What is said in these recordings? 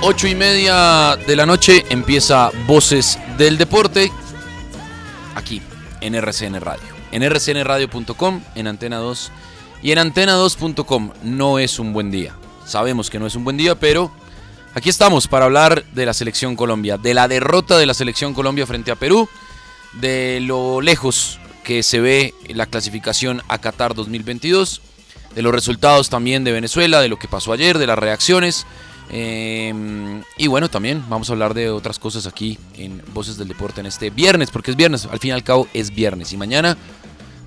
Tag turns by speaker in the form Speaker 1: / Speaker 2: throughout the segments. Speaker 1: Ocho y media de la noche empieza Voces del Deporte aquí en RCN Radio. En rcnradio.com, en Antena 2 y en antena2.com. No es un buen día. Sabemos que no es un buen día, pero aquí estamos para hablar de la selección Colombia, de la derrota de la selección Colombia frente a Perú, de lo lejos que se ve la clasificación a Qatar 2022, de los resultados también de Venezuela, de lo que pasó ayer, de las reacciones. Eh, y bueno, también vamos a hablar de otras cosas aquí en Voces del Deporte en este viernes, porque es viernes, al fin y al cabo es viernes. Y mañana,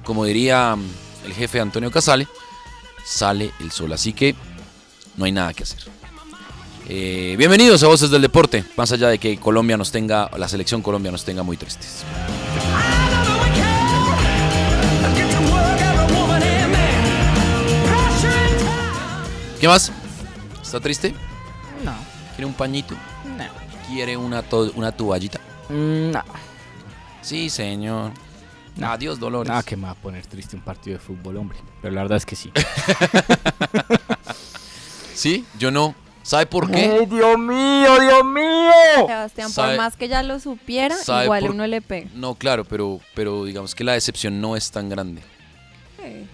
Speaker 1: como diría mm, el jefe Antonio Casale, sale el sol. Así que no hay nada que hacer. Eh, bienvenidos a Voces del Deporte, más allá de que Colombia nos tenga, la selección Colombia nos tenga muy tristes. ¿Qué más? ¿Está triste?
Speaker 2: No,
Speaker 1: ¿Quiere un pañito?
Speaker 2: no, Mm,
Speaker 1: ¿Quiere una, to- una toallita?
Speaker 2: no.
Speaker 1: Sí, señor.
Speaker 2: No.
Speaker 1: Adiós, Dolores.
Speaker 3: Nada que me va a poner triste un partido de fútbol, hombre. Pero la verdad es que sí.
Speaker 1: ¿Sí? Yo no. ¿Sabe por qué?
Speaker 2: Dios mío, Dios mío!
Speaker 4: Sebastián,
Speaker 1: Sabe-
Speaker 4: por más que ya lo supiera,
Speaker 1: sabe
Speaker 4: igual
Speaker 1: por-
Speaker 4: uno le pega.
Speaker 1: No, claro, pero, pero digamos que la decepción no es tan grande.
Speaker 4: Sí.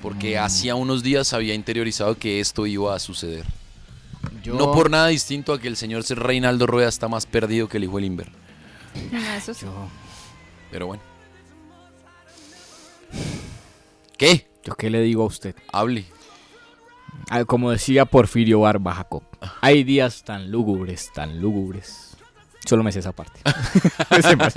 Speaker 1: Porque
Speaker 3: Mm.
Speaker 1: hacía unos días había interiorizado que esto iba a suceder.
Speaker 3: Yo-
Speaker 1: No por nada distinto a que el señor Reinaldo Rueda está más perdido que el hijo del Inver.
Speaker 4: No, eso sí.
Speaker 3: Yo,
Speaker 1: Pero bueno. ¿Qué?
Speaker 3: ¿yo qué le digo a usted?
Speaker 1: Hable.
Speaker 3: Ah, Como decía Porfirio Barba Jacob, hay días tan lúgubres, tan lúgubres. Solo me sé esa parte. Ese más.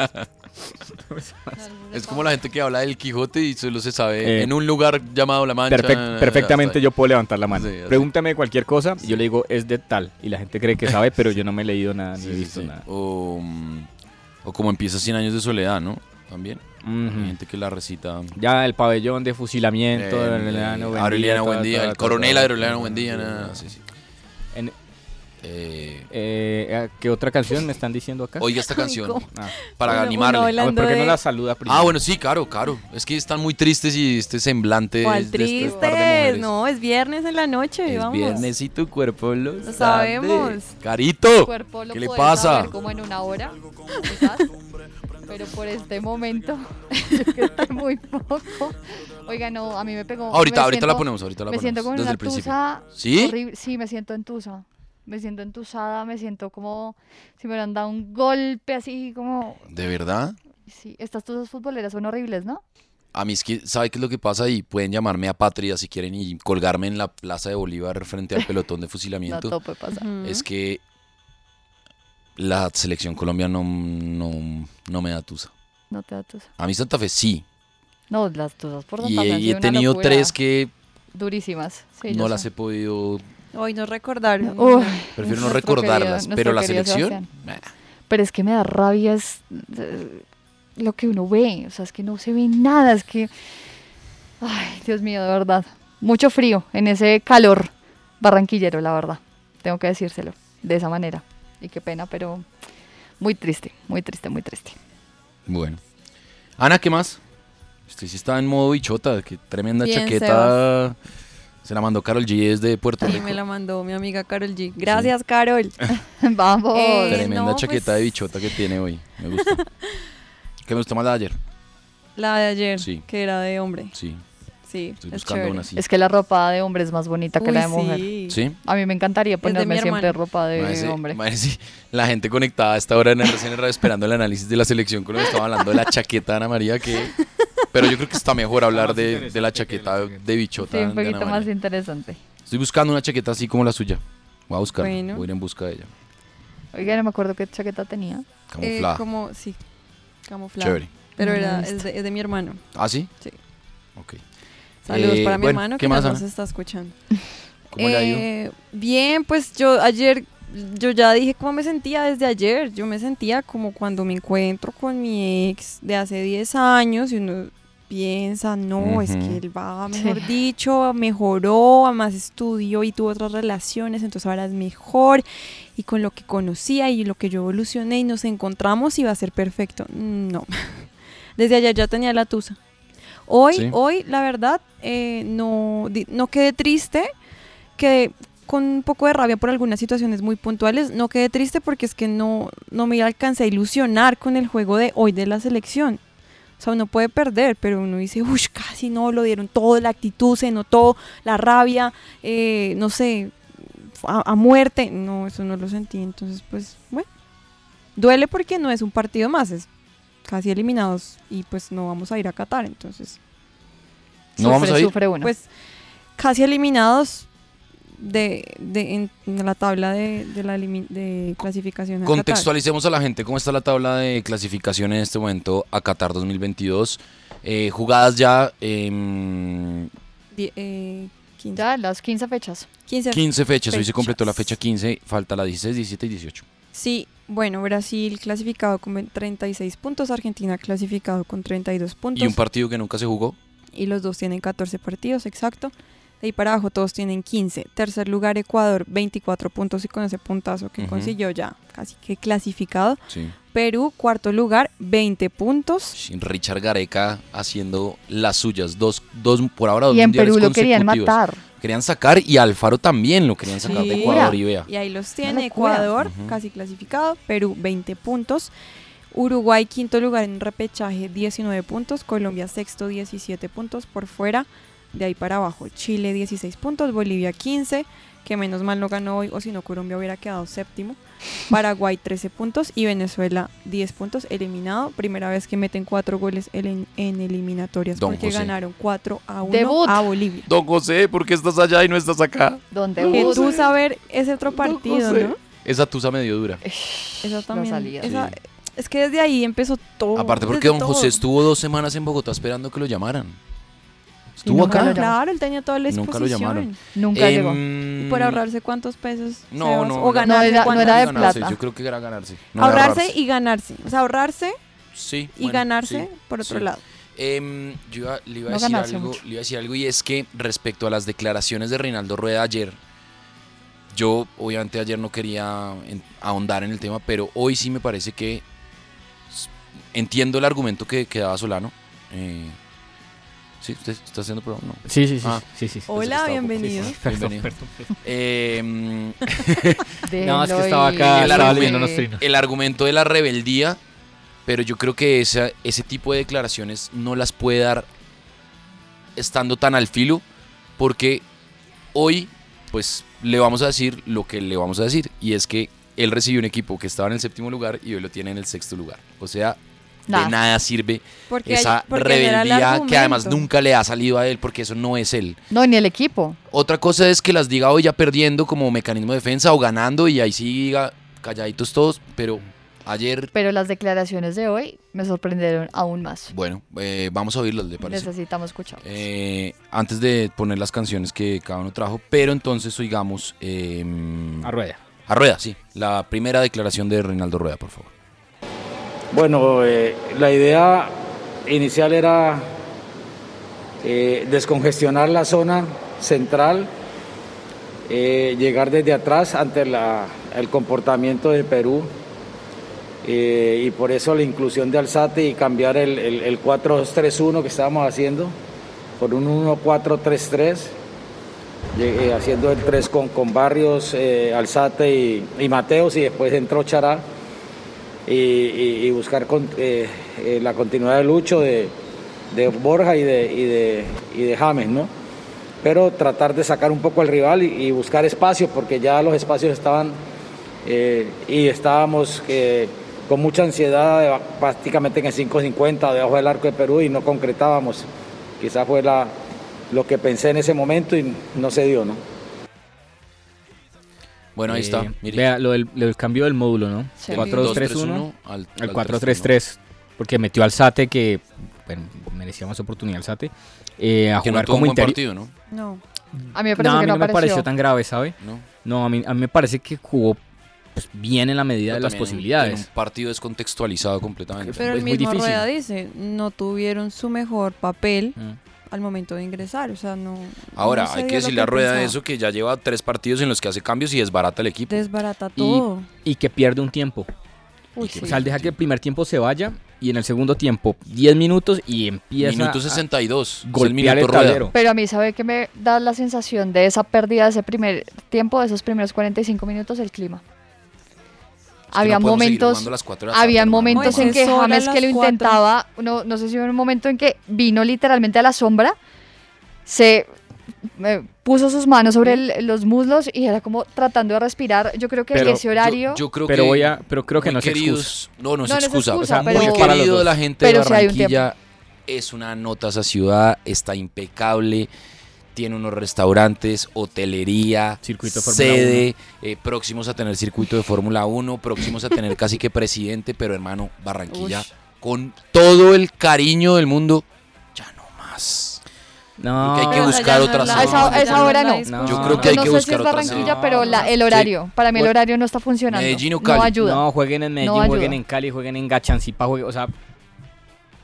Speaker 1: Es como la gente que habla del Quijote y solo se sabe
Speaker 3: Eh,
Speaker 1: en un lugar llamado La Mancha.
Speaker 3: Perfec- perfectamente yo puedo levantar la mano.
Speaker 1: Sí, así.
Speaker 3: Pregúntame cualquier cosa, y yo le digo es de tal. Y la gente cree que sabe, pero yo no me he leído nada ni
Speaker 1: Sí,
Speaker 3: he
Speaker 1: sí,
Speaker 3: visto
Speaker 1: sí.
Speaker 3: nada.
Speaker 1: O, mm, o como empieza 100 años de soledad, ¿no? También.
Speaker 3: Ujú.
Speaker 1: Hay gente que la recita.
Speaker 3: Ya el pabellón de fusilamiento,
Speaker 1: Eh,
Speaker 3: Aureliano Buendía,
Speaker 1: Aureliano
Speaker 3: ta, ta,
Speaker 1: Buendía,
Speaker 3: ta,
Speaker 1: el
Speaker 3: ta,
Speaker 1: coronel
Speaker 3: ta.
Speaker 1: Aureliano Buendía. nada, sí, sí.
Speaker 3: En-
Speaker 1: Eh,
Speaker 3: eh, ¿Qué otra canción me están diciendo acá?
Speaker 1: oiga esta canción
Speaker 4: ¿Cómo?
Speaker 3: Ah.
Speaker 1: para
Speaker 4: Uno- uno
Speaker 1: animarle.
Speaker 4: habla-
Speaker 3: Ah, ¿Por qué
Speaker 4: Hablando
Speaker 3: no
Speaker 4: de-
Speaker 3: la saluda primero?
Speaker 1: Ah, bueno, sí, claro, claro. Es que están muy tristes y este semblante.
Speaker 4: ¿Cuál
Speaker 1: es de este
Speaker 4: triste?
Speaker 1: par de mujeres.
Speaker 4: no, es viernes en la noche,
Speaker 1: Es
Speaker 4: vamos.
Speaker 1: viernes y tu cuerpo lo,
Speaker 4: Lo
Speaker 1: sabe.
Speaker 4: sabemos.
Speaker 1: Carito,
Speaker 5: cuerpo lo
Speaker 1: ¿qué le
Speaker 5: podés
Speaker 1: pasa?
Speaker 5: saber como en una hora, quizás. Pero por este momento, yo que estoy muy poco. Oiga, no, a mí me pegó.
Speaker 1: Ahorita,
Speaker 5: me
Speaker 1: ahorita la
Speaker 5: siento-
Speaker 1: ponemos, ahorita la
Speaker 5: Me
Speaker 1: ponemos.
Speaker 5: siento como en
Speaker 1: desde
Speaker 5: una
Speaker 1: el principio.
Speaker 5: tusa
Speaker 1: ¿Sí?
Speaker 5: horrible. Sí, me siento entusa. Me siento entusada, me siento como si me hubieran dado un golpe así, como.
Speaker 1: ¿De verdad?
Speaker 5: Sí, estas tusas futboleras son horribles, ¿no?
Speaker 1: A mí es que, ¿sabe qué es lo que pasa? Y pueden llamarme a Patria si quieren y colgarme en la plaza de Bolívar frente al pelotón de
Speaker 5: No,
Speaker 1: fusilamiento.
Speaker 5: todo puede pasar.
Speaker 4: Ujú.
Speaker 1: es que la selección Colombia no, no, no me da tusa.
Speaker 5: No te da tusa.
Speaker 1: A mí Santa Fe sí.
Speaker 5: No, las tusas por Santa
Speaker 1: Y,
Speaker 5: Fe han
Speaker 1: y
Speaker 5: sido
Speaker 1: he
Speaker 5: una
Speaker 1: tenido
Speaker 5: locura.
Speaker 1: tres que
Speaker 5: Durísimas. Sí, yo
Speaker 1: no las
Speaker 5: sé.
Speaker 1: he podido.
Speaker 4: Hoy nos recordaron.
Speaker 5: Uy,
Speaker 1: Prefiero no
Speaker 5: nuestro
Speaker 1: recordarlas.
Speaker 5: querido- nuestro
Speaker 1: pero la
Speaker 5: querido
Speaker 1: selección.
Speaker 5: Sebastián. Pero es que me da rabia es eh, lo que uno ve. O sea, es que no se ve nada. Es que. Ay, Dios mío, de verdad. Mucho frío en ese calor barranquillero, la verdad. Tengo que decírselo de esa manera. Y qué pena, pero muy triste, muy triste, muy triste.
Speaker 1: Bueno. Ana, ¿qué más? Usted sí estaba en modo bichota, que tremenda
Speaker 4: Bien,
Speaker 1: chaqueta. Se la mandó Carol G desde Puerto
Speaker 4: Y
Speaker 1: Rico.
Speaker 4: me la mandó mi amiga Carol G. Gracias, Carol.
Speaker 5: Vamos.
Speaker 1: Tremenda chaqueta
Speaker 4: pues.
Speaker 5: pues,
Speaker 1: de bichota que tiene hoy. Me gusta. ¿Qué me gustó más la de ayer?
Speaker 4: La de ayer,
Speaker 1: Sí.
Speaker 4: que era de hombre.
Speaker 1: Sí.
Speaker 4: Sí,
Speaker 1: Estoy
Speaker 4: es
Speaker 1: buscando
Speaker 4: chévere.
Speaker 1: una así.
Speaker 5: Es que la ropa de hombre es más bonita que
Speaker 4: Uy,
Speaker 5: la de mujer.
Speaker 4: sí.
Speaker 1: ¿Sí?
Speaker 5: A mí me encantaría ponerme siempre
Speaker 4: hermana.
Speaker 5: ropa de
Speaker 1: Madre, sí,
Speaker 5: hombre.
Speaker 1: madre, sí. La gente conectada a esta hora en RCN Radio esperando el análisis de la selección con lo que estaba hablando de la chaqueta de Ana María. que Pero yo creo que está mejor hablar de, de la chaqueta de bichota.
Speaker 5: Sí, un
Speaker 1: de Ana
Speaker 5: poquito
Speaker 1: María.
Speaker 5: más interesante.
Speaker 1: Estoy buscando una chaqueta así como la suya. Voy a buscarla.
Speaker 5: Bueno. Eh,
Speaker 1: Voy a ir en busca de ella.
Speaker 5: Oiga, no me acuerdo qué chaqueta tenía.
Speaker 1: Camuflada.
Speaker 4: Eh, como, sí, camuflado.
Speaker 1: Chévere.
Speaker 4: Pero
Speaker 5: No,
Speaker 4: era,
Speaker 5: listo.
Speaker 4: es, de, es de mi hermano.
Speaker 1: ¿Ah, sí?
Speaker 4: Sí.
Speaker 1: Ok.
Speaker 4: Saludos
Speaker 1: Eh,
Speaker 4: para mi
Speaker 1: bueno,
Speaker 4: hermano
Speaker 1: ¿qué
Speaker 4: que
Speaker 1: más,
Speaker 4: nos
Speaker 1: Ana?
Speaker 4: está escuchando.
Speaker 1: ¿Cómo le ha ido?
Speaker 4: Eh, Bien, pues yo ayer, yo ya dije cómo me sentía desde ayer. Yo me sentía como cuando me encuentro con mi ex de hace 10 años y uno piensa, no, es que él va, mejor dicho, mejoró, además estudió y tuvo otras relaciones, entonces ahora es mejor y con lo que conocía y lo que yo evolucioné y nos encontramos iba a ser perfecto. No, desde ayer ya tenía la tusa. Hoy,
Speaker 6: Sí.
Speaker 4: hoy, la verdad, eh, no, di- no quedé triste, quedé con un poco de rabia por algunas situaciones muy puntuales. No quedé triste porque es que no, no me alcancé a ilusionar con el juego de hoy de la selección. O sea, uno puede perder, pero uno dice, uy, casi no, lo dieron todo, la actitud se notó, la rabia, eh, no sé, a, a muerte. No, eso no lo sentí. Entonces, pues, bueno, duele porque no es un partido más, es casi eliminados y pues no vamos a ir a Qatar, entonces.
Speaker 1: ¿No vamos a ir?
Speaker 4: Pues casi eliminados de, de- en, en la tabla de, de la elimi- de clasificación. a Qatar.
Speaker 1: Contextualicemos a la gente cómo está la tabla de clasificación en este momento a Qatar 2022. Eh, jugadas ya em,
Speaker 4: Die- eh,
Speaker 5: Ya, las 15 fechas.
Speaker 4: 15,
Speaker 1: 15 fechas. Hoy se completó la fecha 15. Falta la 16, 17 y 18.
Speaker 4: Sí, bueno, Brasil clasificado con ve- 36 puntos, Argentina clasificado con 32 puntos.
Speaker 1: y un partido que nunca se jugó.
Speaker 4: y los dos tienen 14 partidos, exacto. De ahí para abajo todos tienen 15. Tercer lugar Ecuador, 24 puntos y con ese puntazo que
Speaker 1: Ujú.
Speaker 4: consiguió ya casi que clasificado.
Speaker 1: Sí.
Speaker 4: Perú, cuarto lugar, 20 puntos.
Speaker 1: Sin Richard Gareca haciendo las suyas. Dos, dos por ahora, dos
Speaker 4: Y en
Speaker 1: mundiales
Speaker 4: Perú lo querían
Speaker 1: consecutivos.
Speaker 4: matar.
Speaker 1: Querían sacar y Alfaro también lo querían sacar de
Speaker 4: Sí.
Speaker 1: Ecuador y vea.
Speaker 4: Y ahí los
Speaker 5: Una
Speaker 4: tiene
Speaker 5: locura.
Speaker 4: Ecuador,
Speaker 1: Ujú.
Speaker 4: casi clasificado, Perú 20 puntos, Uruguay quinto lugar en repechaje 19 puntos, Colombia sexto 17 puntos por fuera, de ahí para abajo Chile 16 puntos, Bolivia 15, que menos mal no ganó hoy o si no Colombia hubiera quedado séptimo, Paraguay 13 puntos y Venezuela 10 puntos eliminado, primera vez que meten cuatro goles en, en eliminatorias
Speaker 1: Don
Speaker 4: porque
Speaker 1: José.
Speaker 4: ganaron 4 a 1
Speaker 5: Debut.
Speaker 4: a Bolivia.
Speaker 1: Don José, ¿por qué estás allá y no estás acá?
Speaker 5: Donde
Speaker 4: Que
Speaker 5: vos-
Speaker 4: tú saber ese otro partido,
Speaker 1: José.
Speaker 4: ¿no?
Speaker 1: Esa tusa medio dura.
Speaker 4: Esa también.
Speaker 5: salida.
Speaker 4: esa-
Speaker 1: Sí.
Speaker 4: Es que desde ahí empezó todo.
Speaker 1: Aparte porque
Speaker 4: desde
Speaker 1: don
Speaker 4: todo.
Speaker 1: José estuvo dos semanas en Bogotá esperando que lo llamaran. Estuvo
Speaker 4: Nunca lo
Speaker 1: acá.
Speaker 4: llamaron. Claro, él tenía toda la
Speaker 1: Nunca
Speaker 4: exposición.
Speaker 1: lo llamaron.
Speaker 4: Nunca
Speaker 1: Em,
Speaker 4: llegó. Y por ahorrarse cuántos pesos.
Speaker 1: No,
Speaker 4: Sebas,
Speaker 1: no,
Speaker 4: O
Speaker 1: no,
Speaker 4: ganarse
Speaker 5: no era- no
Speaker 4: cuántos.
Speaker 5: era de
Speaker 1: Ganarse,
Speaker 5: plata.
Speaker 1: Yo creo que era ganarse. No, era
Speaker 4: ahorrarse
Speaker 1: ahorrarse.
Speaker 4: y ganarse. O sea, ahorrarse
Speaker 1: Sí,
Speaker 4: y
Speaker 1: bueno,
Speaker 4: ganarse
Speaker 1: sí,
Speaker 4: por otro
Speaker 1: sí.
Speaker 4: lado.
Speaker 1: Em, yo iba- le, iba a
Speaker 4: No
Speaker 1: decir
Speaker 4: ganarse
Speaker 1: algo,
Speaker 4: mucho.
Speaker 1: le iba a decir algo y es que respecto a las declaraciones de Reinaldo Rueda ayer, yo obviamente ayer no quería en- ahondar en el tema, pero hoy sí me parece que s- entiendo el argumento que, que daba Solano. Eh, ¿Sí? ¿Usted está haciendo programa? No.
Speaker 3: Sí, sí, sí,
Speaker 1: Ah,
Speaker 3: sí, sí, sí.
Speaker 1: pensé que
Speaker 4: Hola,
Speaker 1: estaba ocupado.
Speaker 4: bienvenido.
Speaker 3: Perdón,
Speaker 1: ¿eh? Bienvenido.
Speaker 3: perdón,
Speaker 1: Em, ¿eh?
Speaker 3: No, es que estaba acá,
Speaker 1: el,
Speaker 3: estaba
Speaker 1: argumento,
Speaker 3: leyendo unos trinos.
Speaker 1: el argumento de la rebeldía, pero yo creo que esa- ese tipo de declaraciones no las puede dar estando tan al filo, porque hoy, pues le vamos a decir lo que le vamos a decir, y es que él recibió un equipo que estaba en el séptimo lugar y hoy lo tiene en el sexto lugar. O sea,
Speaker 4: Nada.
Speaker 1: de nada sirve
Speaker 4: Porque
Speaker 1: esa
Speaker 4: hay- porque era el
Speaker 1: rebeldía que además
Speaker 4: argumento.
Speaker 1: nunca le ha salido a él, porque eso no es él.
Speaker 5: No, ni el equipo.
Speaker 1: Otra cosa es que las diga hoy ya perdiendo como mecanismo de defensa o ganando y ahí sí diga calladitos todos, pero ayer,
Speaker 5: Pero las declaraciones de hoy me sorprendieron aún más.
Speaker 1: bueno, eh, vamos a oírlas, ¿le parece?
Speaker 5: Necesitamos escuchar.
Speaker 1: Eh, antes de poner las canciones que cada uno trajo, pero entonces oigamos... em,
Speaker 3: A Rueda.
Speaker 1: A Rueda, sí. La primera declaración de Reinaldo Rueda, por favor.
Speaker 6: Bueno, eh, la idea inicial era eh, descongestionar la zona central, eh, llegar desde atrás ante la- el comportamiento de Perú eh, y por eso la inclusión de Alzate y cambiar el, el, el 4-3-1 que estábamos haciendo por un 1-4-3-3, llegué haciendo el 3 con, con Barrios, eh, Alzate y, y Mateos y después entró Chará y, y- y buscar con- eh, eh, la continuidad de Lucho, de, de Borja y de, y, de, y de James, ¿no? Pero tratar de sacar un poco al rival y, y buscar espacios, porque ya los espacios estaban eh, y estábamos eh, con mucha ansiedad eh, prácticamente en el 5.50 debajo del arco de Perú y no concretábamos. Quizás fue la, lo que pensé en ese momento y no se dio, ¿no?
Speaker 1: Bueno, ahí
Speaker 3: Eh,
Speaker 1: está. Mire.
Speaker 3: Vea lo del, lo del cambio del módulo, ¿no?
Speaker 1: Sí. Del
Speaker 3: 4-2-3-1
Speaker 1: al-
Speaker 3: al,
Speaker 1: al
Speaker 3: 4-3-3. Porque metió al Sate, que bueno, merecía más oportunidad al Sate, eh, a
Speaker 1: Que no
Speaker 3: jugar
Speaker 1: tuvo
Speaker 3: como
Speaker 1: un buen
Speaker 3: interior.
Speaker 1: partido, ¿no?
Speaker 5: No. A mí me
Speaker 3: No, a
Speaker 5: parece que
Speaker 3: mí
Speaker 5: no
Speaker 3: no me
Speaker 5: apareció.
Speaker 3: pareció tan grave, ¿sabe?
Speaker 1: No.
Speaker 3: a mí, a mí me parece que jugó pues, bien en la medida
Speaker 1: Pero
Speaker 3: de las
Speaker 1: también En un
Speaker 3: posibilidades.
Speaker 1: partido descontextualizado completamente.
Speaker 4: Pero el mismo Rueda dice, no tuvieron su mejor papel al momento de ingresar. O sea, no.
Speaker 1: Mm. Ahora,
Speaker 4: no se
Speaker 1: hay
Speaker 4: dio
Speaker 1: que
Speaker 4: lo
Speaker 1: decirle a Rueda
Speaker 4: pensaba.
Speaker 1: eso que ya lleva tres partidos en los que hace cambios y desbarata el equipo.
Speaker 4: Desbarata
Speaker 3: Y-
Speaker 4: todo.
Speaker 3: Y, que pierde un tiempo.
Speaker 4: Uy,
Speaker 1: que-
Speaker 3: O sea, él deja que el primer tiempo se vaya y en el segundo tiempo 10 minutos y empieza
Speaker 1: Minuto
Speaker 3: a
Speaker 1: 62, es el
Speaker 3: golpear
Speaker 1: minuto
Speaker 3: el,
Speaker 1: Rueda.
Speaker 3: tablero.
Speaker 5: Pero a mí sabe que me da la sensación de esa pérdida de ese primer tiempo, de esos primeros 45 minutos, el clima.
Speaker 1: no
Speaker 5: había
Speaker 1: podemos seguir
Speaker 5: momentos,
Speaker 1: jugando a las cuatro de la tarde,
Speaker 5: había
Speaker 1: hermano.
Speaker 5: momentos
Speaker 1: No,
Speaker 5: en
Speaker 1: es
Speaker 5: que
Speaker 1: hora a
Speaker 5: James que
Speaker 1: las
Speaker 5: lo
Speaker 1: cuatro.
Speaker 5: intentaba, no, no sé si hubo un momento en que vino literalmente a la sombra, se eh, puso sus manos sobre el- los muslos y era como tratando de respirar. Yo creo que
Speaker 3: Pero
Speaker 5: ese horario...
Speaker 1: Yo creo
Speaker 3: Pero
Speaker 1: que
Speaker 3: voy a- pero creo que
Speaker 1: muy
Speaker 3: no es
Speaker 1: queridos-
Speaker 3: excusa.
Speaker 1: No, no es
Speaker 5: No, no es
Speaker 1: excusa.
Speaker 5: excusa,
Speaker 1: O sea,
Speaker 5: pero-
Speaker 1: muy
Speaker 5: para los
Speaker 1: querido de
Speaker 5: dos.
Speaker 1: la gente de
Speaker 5: Pero sí hay un
Speaker 1: Barranquilla. es una nota esa ciudad, está impecable. Tiene unos restaurantes, hotelería,
Speaker 3: Circuito de Fórmula
Speaker 1: sede, eh, próximos a tener circuito de Fórmula 1, próximos a tener casi que presidente, pero hermano, Barranquilla,
Speaker 3: Ush.
Speaker 1: con todo el cariño del mundo, ya no más.
Speaker 3: No.
Speaker 1: Creo que hay que
Speaker 3: O sea,
Speaker 1: buscar
Speaker 3: ya no
Speaker 1: otra
Speaker 3: es la-
Speaker 1: sede.
Speaker 5: A esa, a esa
Speaker 3: Ah, no
Speaker 5: hora
Speaker 3: es la
Speaker 5: no.
Speaker 3: discusión.
Speaker 1: Yo creo que hay
Speaker 5: no
Speaker 1: que
Speaker 5: sé si
Speaker 1: buscar
Speaker 5: es
Speaker 1: otra
Speaker 5: Barranquilla,
Speaker 1: sede.
Speaker 5: pero la- el horario, para mí el horario no está funcionando.
Speaker 1: Medellín o
Speaker 5: No
Speaker 1: Cali.
Speaker 5: ayuda.
Speaker 3: No, jueguen en Medellín,
Speaker 5: ayuda.
Speaker 3: jueguen en Cali, jueguen en Gachancipa, jueguen, o sea,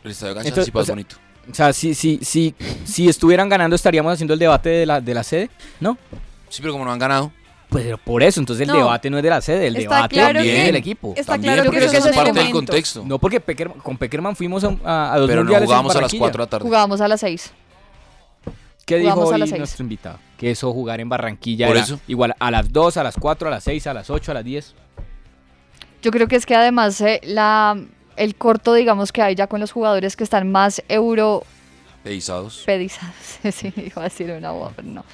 Speaker 1: El estadio Gancha
Speaker 3: Entonces,
Speaker 1: sí pasa
Speaker 3: o sea,
Speaker 1: bonito.
Speaker 3: O sea, si, si, si, si estuvieran ganando, estaríamos haciendo el debate de la, de la sede, ¿no?
Speaker 1: Sí, pero como no han ganado.
Speaker 3: Pues pero por eso, entonces
Speaker 4: No.
Speaker 3: el debate no es de la sede, el
Speaker 4: Está
Speaker 3: debate
Speaker 4: claro
Speaker 3: también
Speaker 4: que-
Speaker 3: es del equipo.
Speaker 4: está También, claro yo que creo
Speaker 1: que eso es parte del contexto.
Speaker 3: No, porque Pecker- con Peckerman fuimos a, a, a dos
Speaker 1: Pero no
Speaker 3: mundiales en
Speaker 1: jugábamos a las
Speaker 3: Barranquilla.
Speaker 1: 4 de la tarde.
Speaker 5: Jugábamos a las 6.
Speaker 3: ¿Qué dijo
Speaker 5: jugamos a
Speaker 3: hoy
Speaker 5: las seis.
Speaker 3: nuestro invitado? Que eso jugar en Barranquilla
Speaker 1: Por
Speaker 3: era
Speaker 1: eso.
Speaker 3: igual a las 2, a las 4, a las 6, a las 8, a las 10.
Speaker 5: Yo creo que es que además eh, la, el corto, digamos, que hay ya con los jugadores que están más europedizados,
Speaker 1: Pedizados.
Speaker 5: sí, iba a decir una boba, pero no.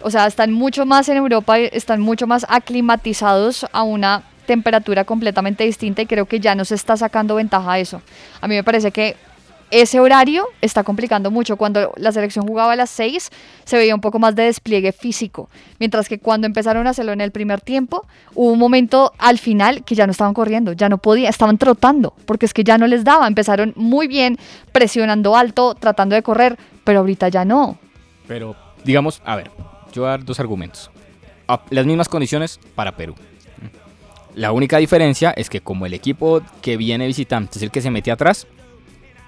Speaker 5: O sea, están mucho más en Europa, eh, están mucho más aclimatizados a una temperatura completamente distinta y creo que ya no se está sacando ventaja a eso. A mí me parece que ese horario está complicando mucho. Cuando la selección jugaba a las 6, se veía un poco más de despliegue físico. Mientras que cuando empezaron a hacerlo en el primer tiempo, hubo un momento al final que ya no estaban corriendo, ya no podían, estaban trotando, porque es que ya no les daba. Empezaron muy bien, presionando alto, tratando de correr, pero ahorita ya no.
Speaker 3: Pero, digamos, a ver, yo voy a dar dos argumentos. A- Las mismas condiciones para Perú. La única diferencia es que como el equipo que viene visitante es el que se mete atrás,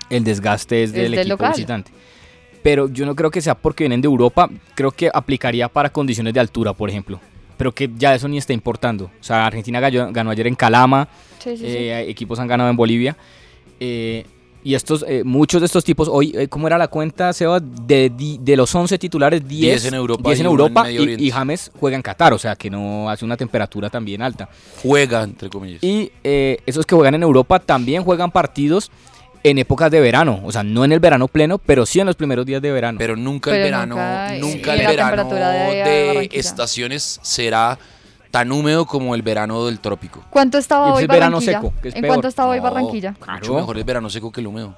Speaker 3: el desgaste es
Speaker 5: Es
Speaker 3: del
Speaker 5: del
Speaker 3: equipo
Speaker 5: local.
Speaker 3: visitante. Pero yo no creo que sea porque vienen de Europa, creo que aplicaría para condiciones de altura, por ejemplo. Pero que ya eso ni está importando. O sea, Argentina gallo- ganó ayer en Calama,
Speaker 5: Sí, sí, sí.
Speaker 3: eh, equipos han ganado en Bolivia. eh, y estos, eh, muchos de estos tipos, hoy, eh, ¿cómo era la cuenta, Seba? De, di- de los 11 titulares, 10,
Speaker 1: 10 en Europa
Speaker 3: 10 en
Speaker 1: y uno en
Speaker 3: Europa
Speaker 1: Medio
Speaker 3: y-
Speaker 1: Oriente.
Speaker 3: y, James juega en Qatar, o sea que no hace una temperatura también alta.
Speaker 1: Juega, entre comillas.
Speaker 3: Y eh, esos que juegan en Europa también juegan partidos en épocas de verano, o sea, no en el verano pleno, pero sí en los primeros días de verano.
Speaker 1: Pero nunca
Speaker 5: Pero
Speaker 1: el verano,
Speaker 5: nunca-
Speaker 1: nunca,
Speaker 5: sí,
Speaker 1: el
Speaker 5: la
Speaker 1: verano
Speaker 5: temperatura de allá
Speaker 1: de,
Speaker 5: de Barranquilla.
Speaker 1: estaciones será tan húmedo como el verano del trópico.
Speaker 5: ¿Cuánto estaba
Speaker 1: Y
Speaker 5: hoy
Speaker 1: es verano
Speaker 5: Barranquilla?
Speaker 1: seco, que es
Speaker 5: ¿En
Speaker 1: peor.
Speaker 5: cuánto estaba hoy
Speaker 1: No,
Speaker 5: Barranquilla?
Speaker 1: Mucho mejor el verano seco que el húmedo.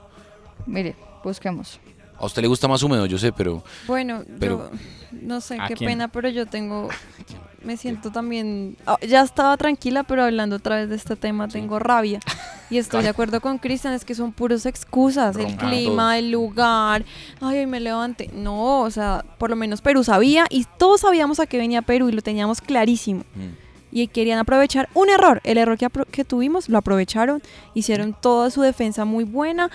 Speaker 5: Mire, busquemos.
Speaker 1: A usted le gusta más húmedo, yo sé, pero
Speaker 4: Bueno,
Speaker 1: Pero-
Speaker 4: yo no sé,
Speaker 1: ¿A
Speaker 4: qué
Speaker 1: quién?
Speaker 4: pena, pero yo tengo. Me siento también. ah, Ya estaba tranquila, pero hablando otra vez de este tema, tengo rabia. Y estoy de acuerdo con Cristian, es que son puros excusas. El
Speaker 7: Rompan
Speaker 4: clima, el lugar. Ay, hoy me levanté. No, o sea, por lo menos Perú sabía y todos sabíamos a qué venía Perú y lo teníamos clarísimo. y querían aprovechar un error. El error que, apro- que tuvimos lo aprovecharon, hicieron toda su defensa muy buena.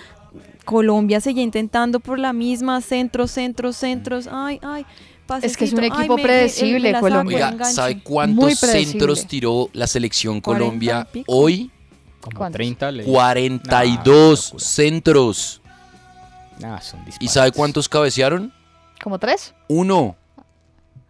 Speaker 4: Colombia seguía intentando por la misma, centros, centros, centros. Ay, ay.
Speaker 5: Es que es un
Speaker 4: pasecito, ay,
Speaker 5: equipo
Speaker 4: me- me-
Speaker 5: predecible,
Speaker 4: me la saco,
Speaker 5: Colombia.
Speaker 1: Oiga,
Speaker 4: enganche.
Speaker 1: ¿sabe
Speaker 5: Muy
Speaker 1: cuántos
Speaker 5: predecible.
Speaker 1: centros tiró la selección
Speaker 4: 40 y
Speaker 1: Colombia hoy?
Speaker 3: Como 30 le
Speaker 1: 42 centros.
Speaker 3: Nah, Ah, son disparos.
Speaker 1: ¿Y sabe cuántos cabecearon?
Speaker 5: ¿Como tres?
Speaker 1: Uno.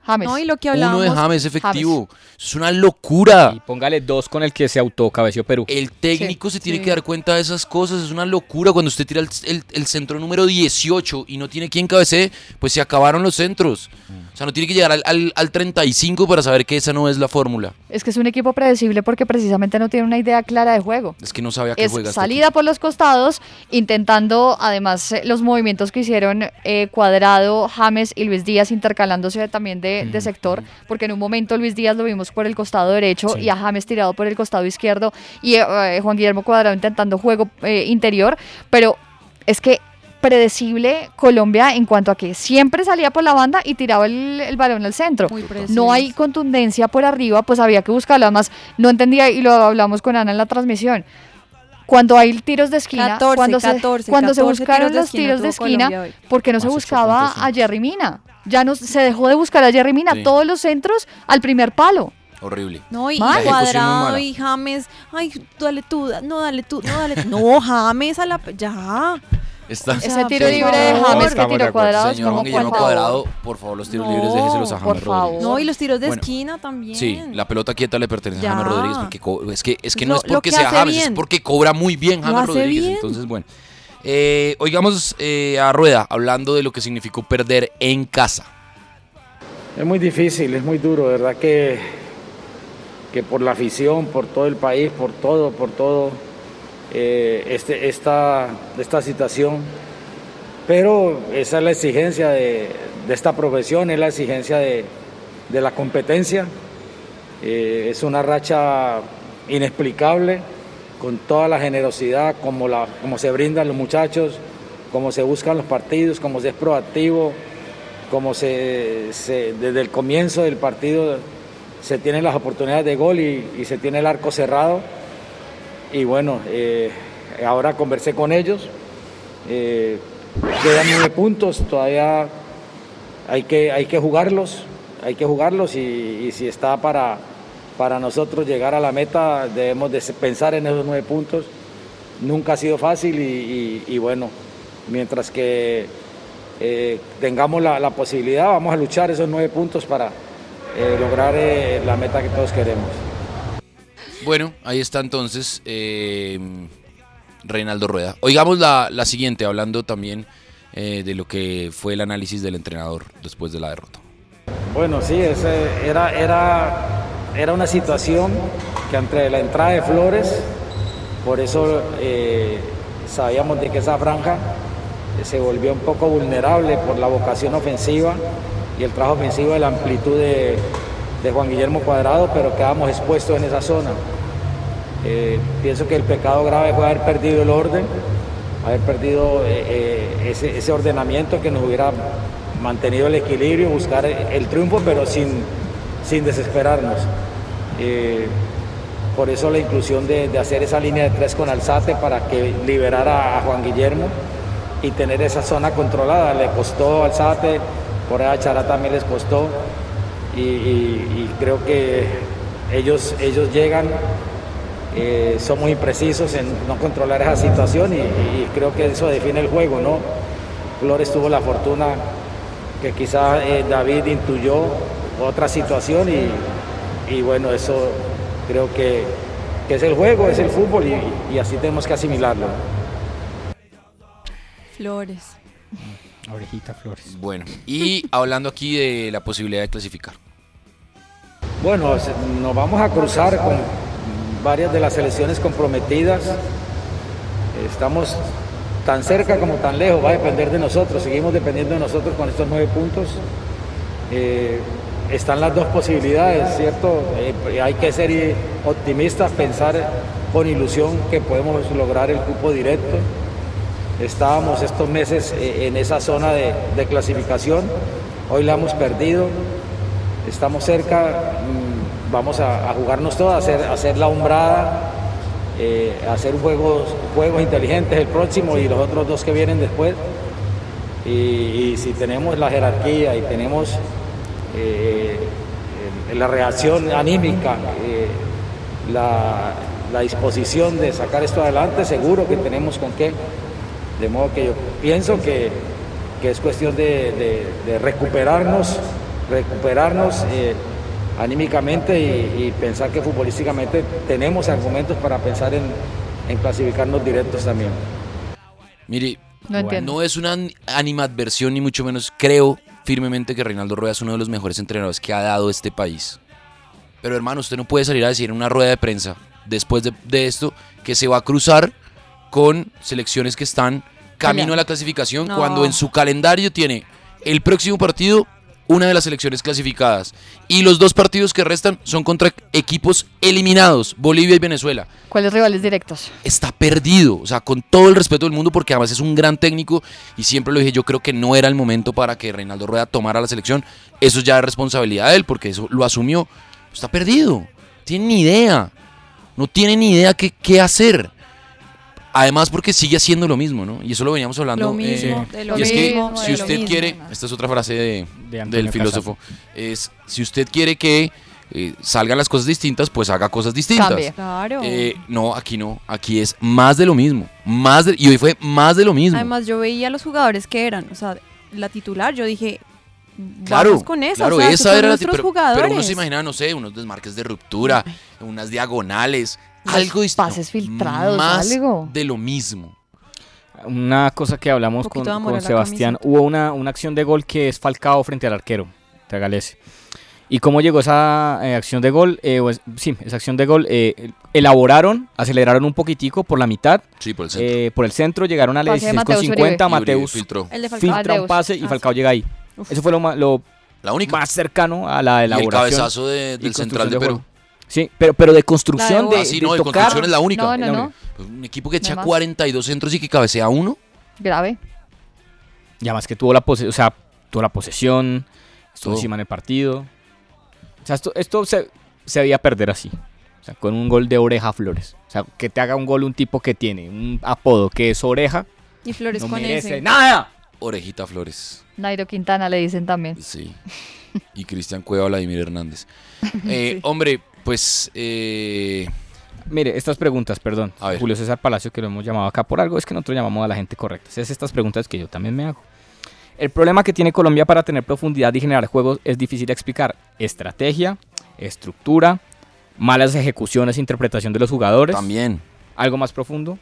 Speaker 5: James.
Speaker 4: No, y lo que
Speaker 1: Uno
Speaker 4: hablábamos.
Speaker 1: de James efectivo. Es una locura.
Speaker 3: Y póngale dos con el que se autocabeció Perú.
Speaker 1: El técnico se tiene que dar cuenta de esas cosas. Es una locura. Cuando usted tira el, el- el centro número 18 y no tiene quien cabecee, pues se acabaron los centros. O sea, no tiene que llegar al, al- al 35 para saber que esa no es la fórmula.
Speaker 5: Es que es un equipo predecible porque precisamente no tiene una idea clara de juego.
Speaker 1: Es que no sabe a qué
Speaker 5: Es
Speaker 1: juega. este
Speaker 5: salida por los costados, intentando además eh, los movimientos que hicieron eh, Cuadrado, James y Luis Díaz intercalándose también de, de sector, porque en un momento Luis Díaz lo vimos por el costado derecho
Speaker 8: Sí.
Speaker 5: y a James tirado por el costado izquierdo y eh, eh, Juan Guillermo Cuadrado intentando juego eh, interior, pero es que predecible Colombia en cuanto a que siempre salía por la banda y tiraba el, el balón al centro. No hay contundencia por arriba, pues había que buscarlo. Además, no entendía y lo hablamos con Ana en la transmisión. Cuando hay tiros de esquina,
Speaker 4: 14,
Speaker 5: cuando, se,
Speaker 4: 14,
Speaker 5: cuando se
Speaker 4: 14
Speaker 5: buscaron
Speaker 4: tiros de
Speaker 5: los
Speaker 4: esquina
Speaker 5: tiros de
Speaker 4: tuvo
Speaker 5: esquina,
Speaker 4: Colombia hoy.
Speaker 5: porque no se buscaba a Jerry Mina. Ya no se dejó de buscar a Jerry Mina.
Speaker 1: Sí.
Speaker 5: Todos los centros al primer palo.
Speaker 1: Horrible.
Speaker 4: No, y,
Speaker 5: Mal.
Speaker 4: y
Speaker 5: La ejecución muy
Speaker 4: cuadrado
Speaker 1: mala.
Speaker 4: y James. Ay, dale tú, da- no, dale tú, no, dale tú. No, James a la. Ya.
Speaker 1: Está-
Speaker 4: O sea,
Speaker 5: Ese tiro
Speaker 4: por
Speaker 5: libre de
Speaker 4: favor.
Speaker 5: James que
Speaker 1: Estamos de
Speaker 5: tiró
Speaker 1: acuerdo.
Speaker 5: cuadrados.
Speaker 1: Señor Juan
Speaker 5: como,
Speaker 1: Guillermo
Speaker 5: por favor.
Speaker 1: Cuadrado, por favor, los tiros libres déjeselos a James
Speaker 5: por favor.
Speaker 1: Rodríguez.
Speaker 4: No, y los tiros de
Speaker 1: Bueno,
Speaker 4: esquina también.
Speaker 1: Sí, la pelota quieta le pertenece a James
Speaker 4: Ya.
Speaker 1: Rodríguez porque co- es que, es que no
Speaker 4: Lo-
Speaker 1: es porque
Speaker 4: lo que
Speaker 1: sea
Speaker 4: hace
Speaker 1: James, es
Speaker 4: bien.
Speaker 1: porque cobra muy bien
Speaker 4: Lo
Speaker 1: James
Speaker 4: hace
Speaker 1: Rodríguez.
Speaker 4: bien.
Speaker 1: Entonces, bueno. Eh, oigamos eh, a Rueda hablando de lo que significó perder en casa.
Speaker 6: Es muy difícil, es muy duro, de verdad que, que por la afición, por todo el país, por todo, por todo, eh, este, esta, esta situación. Pero esa es la exigencia de, de esta profesión, es la exigencia de, de la competencia. Eh, es una racha inexplicable, con toda la generosidad, como, la, como se brindan los muchachos, como se buscan los partidos, como se es proactivo, como se, se- desde el comienzo del partido se tienen las oportunidades de gol y, y se tiene el arco cerrado. Y bueno, eh, ahora conversé con ellos. eh, quedan nueve puntos, todavía hay que, hay que jugarlos, hay que jugarlos y, y si está para, para nosotros llegar a la meta debemos de pensar en esos nueve puntos. Nunca ha sido fácil y, y- y bueno, mientras que eh, tengamos la, la posibilidad vamos a luchar esos nueve puntos para eh, lograr eh, la meta que todos queremos.
Speaker 1: Bueno, ahí está entonces eh, Reinaldo Rueda. Oigamos la, la siguiente, hablando también eh, de lo que fue el análisis del entrenador después de la derrota.
Speaker 6: Bueno, sí, ese era, era, era una situación que entre la entrada de Flores, por eso eh, sabíamos de que esa franja eh, se volvió un poco vulnerable por la vocación ofensiva y el trabajo ofensivo de la amplitud de, de Juan Guillermo Cuadrado, pero quedamos expuestos en esa zona. Eh, pienso que el pecado grave fue haber perdido el orden, haber perdido eh, eh, ese, ese ordenamiento que nos hubiera mantenido el equilibrio, buscar el- el triunfo, pero sin, sin desesperarnos. Eh, por eso la inclusión de, de hacer esa línea de tres con Alzate para que liberara a Juan Guillermo y tener esa zona controlada. Le costó Alzate, por ahí a Chará también les costó. Y, y- y creo que ellos, ellos llegan, eh, son muy imprecisos en no controlar esa situación y, y creo que eso define el juego, ¿no? Flores tuvo la fortuna que quizá eh, David intuyó otra situación y, y bueno, eso creo que, que es el juego, es el fútbol y- y así tenemos que asimilarlo.
Speaker 4: Flores.
Speaker 3: Orejita Flores.
Speaker 1: Bueno, y hablando aquí de la posibilidad de clasificar.
Speaker 6: Bueno, se- nos vamos a cruzar con varias de las selecciones comprometidas. Estamos tan cerca como tan lejos, va a depender de nosotros. Seguimos dependiendo de nosotros con estos nueve puntos. Eh, están las dos posibilidades, ¿cierto? Eh, hay que ser eh, optimistas, pensar con ilusión que podemos lograr el cupo directo. Estábamos estos meses eh, en esa zona de, de clasificación, hoy la hemos perdido estamos cerca, mm, vamos a, a jugarnos todo, a hacer, a hacer la hombrada, eh, a hacer juegos, juegos inteligentes el próximo y los otros dos que vienen después. Y, y si tenemos la jerarquía y tenemos eh, el- la reacción anímica, eh, la, la disposición de sacar esto adelante, seguro que tenemos con qué. De modo que yo pienso que, que es cuestión de, de- de recuperarnos, recuperarnos eh, anímicamente y, y pensar que futbolísticamente tenemos argumentos para pensar en, en clasificarnos directos también.
Speaker 1: Mire,
Speaker 5: No entiendo.
Speaker 1: no es una an- animadversión ni mucho menos creo firmemente que Reinaldo Rueda es uno de los mejores entrenadores que ha dado este país. Pero hermano, usted no puede salir a decir en una rueda de prensa después de, de esto que se va a cruzar con selecciones que están camino a la clasificación
Speaker 3: No.
Speaker 1: cuando en su calendario tiene el próximo partido una de las selecciones clasificadas y los dos partidos que restan son contra equipos eliminados, Bolivia y Venezuela
Speaker 5: ¿Cuáles rivales directos?
Speaker 1: está perdido. O sea, con todo el respeto del mundo, porque además es un gran técnico y siempre lo dije, yo creo que no era el momento para que Reinaldo Rueda tomara la selección. Eso ya es responsabilidad de él, porque eso lo asumió. Está perdido. No tiene ni idea. No tiene ni idea qué, qué hacer. Además, porque sigue haciendo lo mismo, ¿no? Y eso lo veníamos hablando.
Speaker 4: Lo mismo, de lo
Speaker 1: y es que
Speaker 4: mismo,
Speaker 1: si
Speaker 4: de lo
Speaker 1: usted
Speaker 4: mismo.
Speaker 1: quiere, esta es otra frase de-
Speaker 3: De Antonio
Speaker 1: del filósofo, es si usted quiere que eh, salgan las cosas distintas, pues haga cosas distintas.
Speaker 5: Cambie.
Speaker 4: Claro.
Speaker 1: Eh, no, aquí no. Aquí es más de lo mismo. Más de- y hoy fue más de lo mismo.
Speaker 4: Además, yo veía los jugadores que eran, o sea, la titular, yo dije, vamos
Speaker 1: claro,
Speaker 4: con esa,
Speaker 1: claro,
Speaker 4: o sea,
Speaker 1: esa era la
Speaker 4: nuestros
Speaker 1: pero,
Speaker 4: jugadores.
Speaker 1: pero uno se imagina, no sé, unos desmarques de ruptura, unas diagonales, algo distinto.
Speaker 5: Pases filtrados,
Speaker 1: más
Speaker 5: algo.
Speaker 1: de lo mismo.
Speaker 3: Una cosa que hablamos
Speaker 4: Un
Speaker 3: con,
Speaker 4: poquito de amor
Speaker 3: con
Speaker 4: a la
Speaker 3: Sebastián, hubo una, una acción de gol que es Falcao frente al arquero, Tragalese. ¿Y cómo llegó esa eh, acción de gol? Eh, o es- sí, esa acción de gol eh, elaboraron, aceleraron un poquitico por la mitad.
Speaker 1: Sí, por el
Speaker 3: centro. por el centro, llegaron a la
Speaker 5: Pase de
Speaker 3: 16 con
Speaker 5: Mateus Uribe.
Speaker 3: 50,
Speaker 5: Y Uribe
Speaker 3: Mateus
Speaker 1: filtró.
Speaker 4: El de Falcao.
Speaker 3: filtra
Speaker 5: Mateus.
Speaker 3: un pase
Speaker 4: Ah,
Speaker 3: y Falcao llega ahí.
Speaker 4: Uf.
Speaker 3: Eso fue lo, ma- lo
Speaker 1: La única.
Speaker 3: más cercano a la
Speaker 1: Y el
Speaker 3: elaboración.
Speaker 1: cabezazo de- del
Speaker 3: y construcción
Speaker 1: central de
Speaker 3: juego.
Speaker 1: Perú.
Speaker 3: Sí, pero, pero de construcción, de,
Speaker 1: Ah, sí,
Speaker 3: de
Speaker 1: no, de
Speaker 3: tocar-
Speaker 1: construcción es la única.
Speaker 5: No, no, no.
Speaker 1: Un equipo que
Speaker 5: No
Speaker 1: echa
Speaker 5: más.
Speaker 1: 42 centros y que cabecea uno.
Speaker 5: Grave.
Speaker 3: Y además que tuvo la posesión, o sea, tuvo la posesión, estuvo
Speaker 1: Todo.
Speaker 3: encima en el partido. O sea, esto, esto se, se veía perder así. O sea, con un gol de oreja a Flores. O sea, que te haga un gol un tipo que tiene un apodo que es oreja.
Speaker 4: Y Flores
Speaker 3: No
Speaker 4: con
Speaker 3: merece
Speaker 4: ese.
Speaker 3: nada.
Speaker 1: Orejita Flores.
Speaker 5: Nairo Quintana le dicen también.
Speaker 1: Sí. Y Cristian Cueva, Vladimir Hernández. Eh, Hombre, pues. eh,
Speaker 3: Mire, estas preguntas, perdón.
Speaker 1: A ver.
Speaker 3: Julio César Palacio, que lo hemos llamado acá por algo, es que nosotros llamamos a la gente correcta. Es estas preguntas que yo también me hago. El problema que tiene Colombia para tener profundidad y generar juegos es difícil de explicar. Estrategia, estructura, malas ejecuciones, interpretación de los jugadores.
Speaker 1: También.
Speaker 3: Algo más profundo.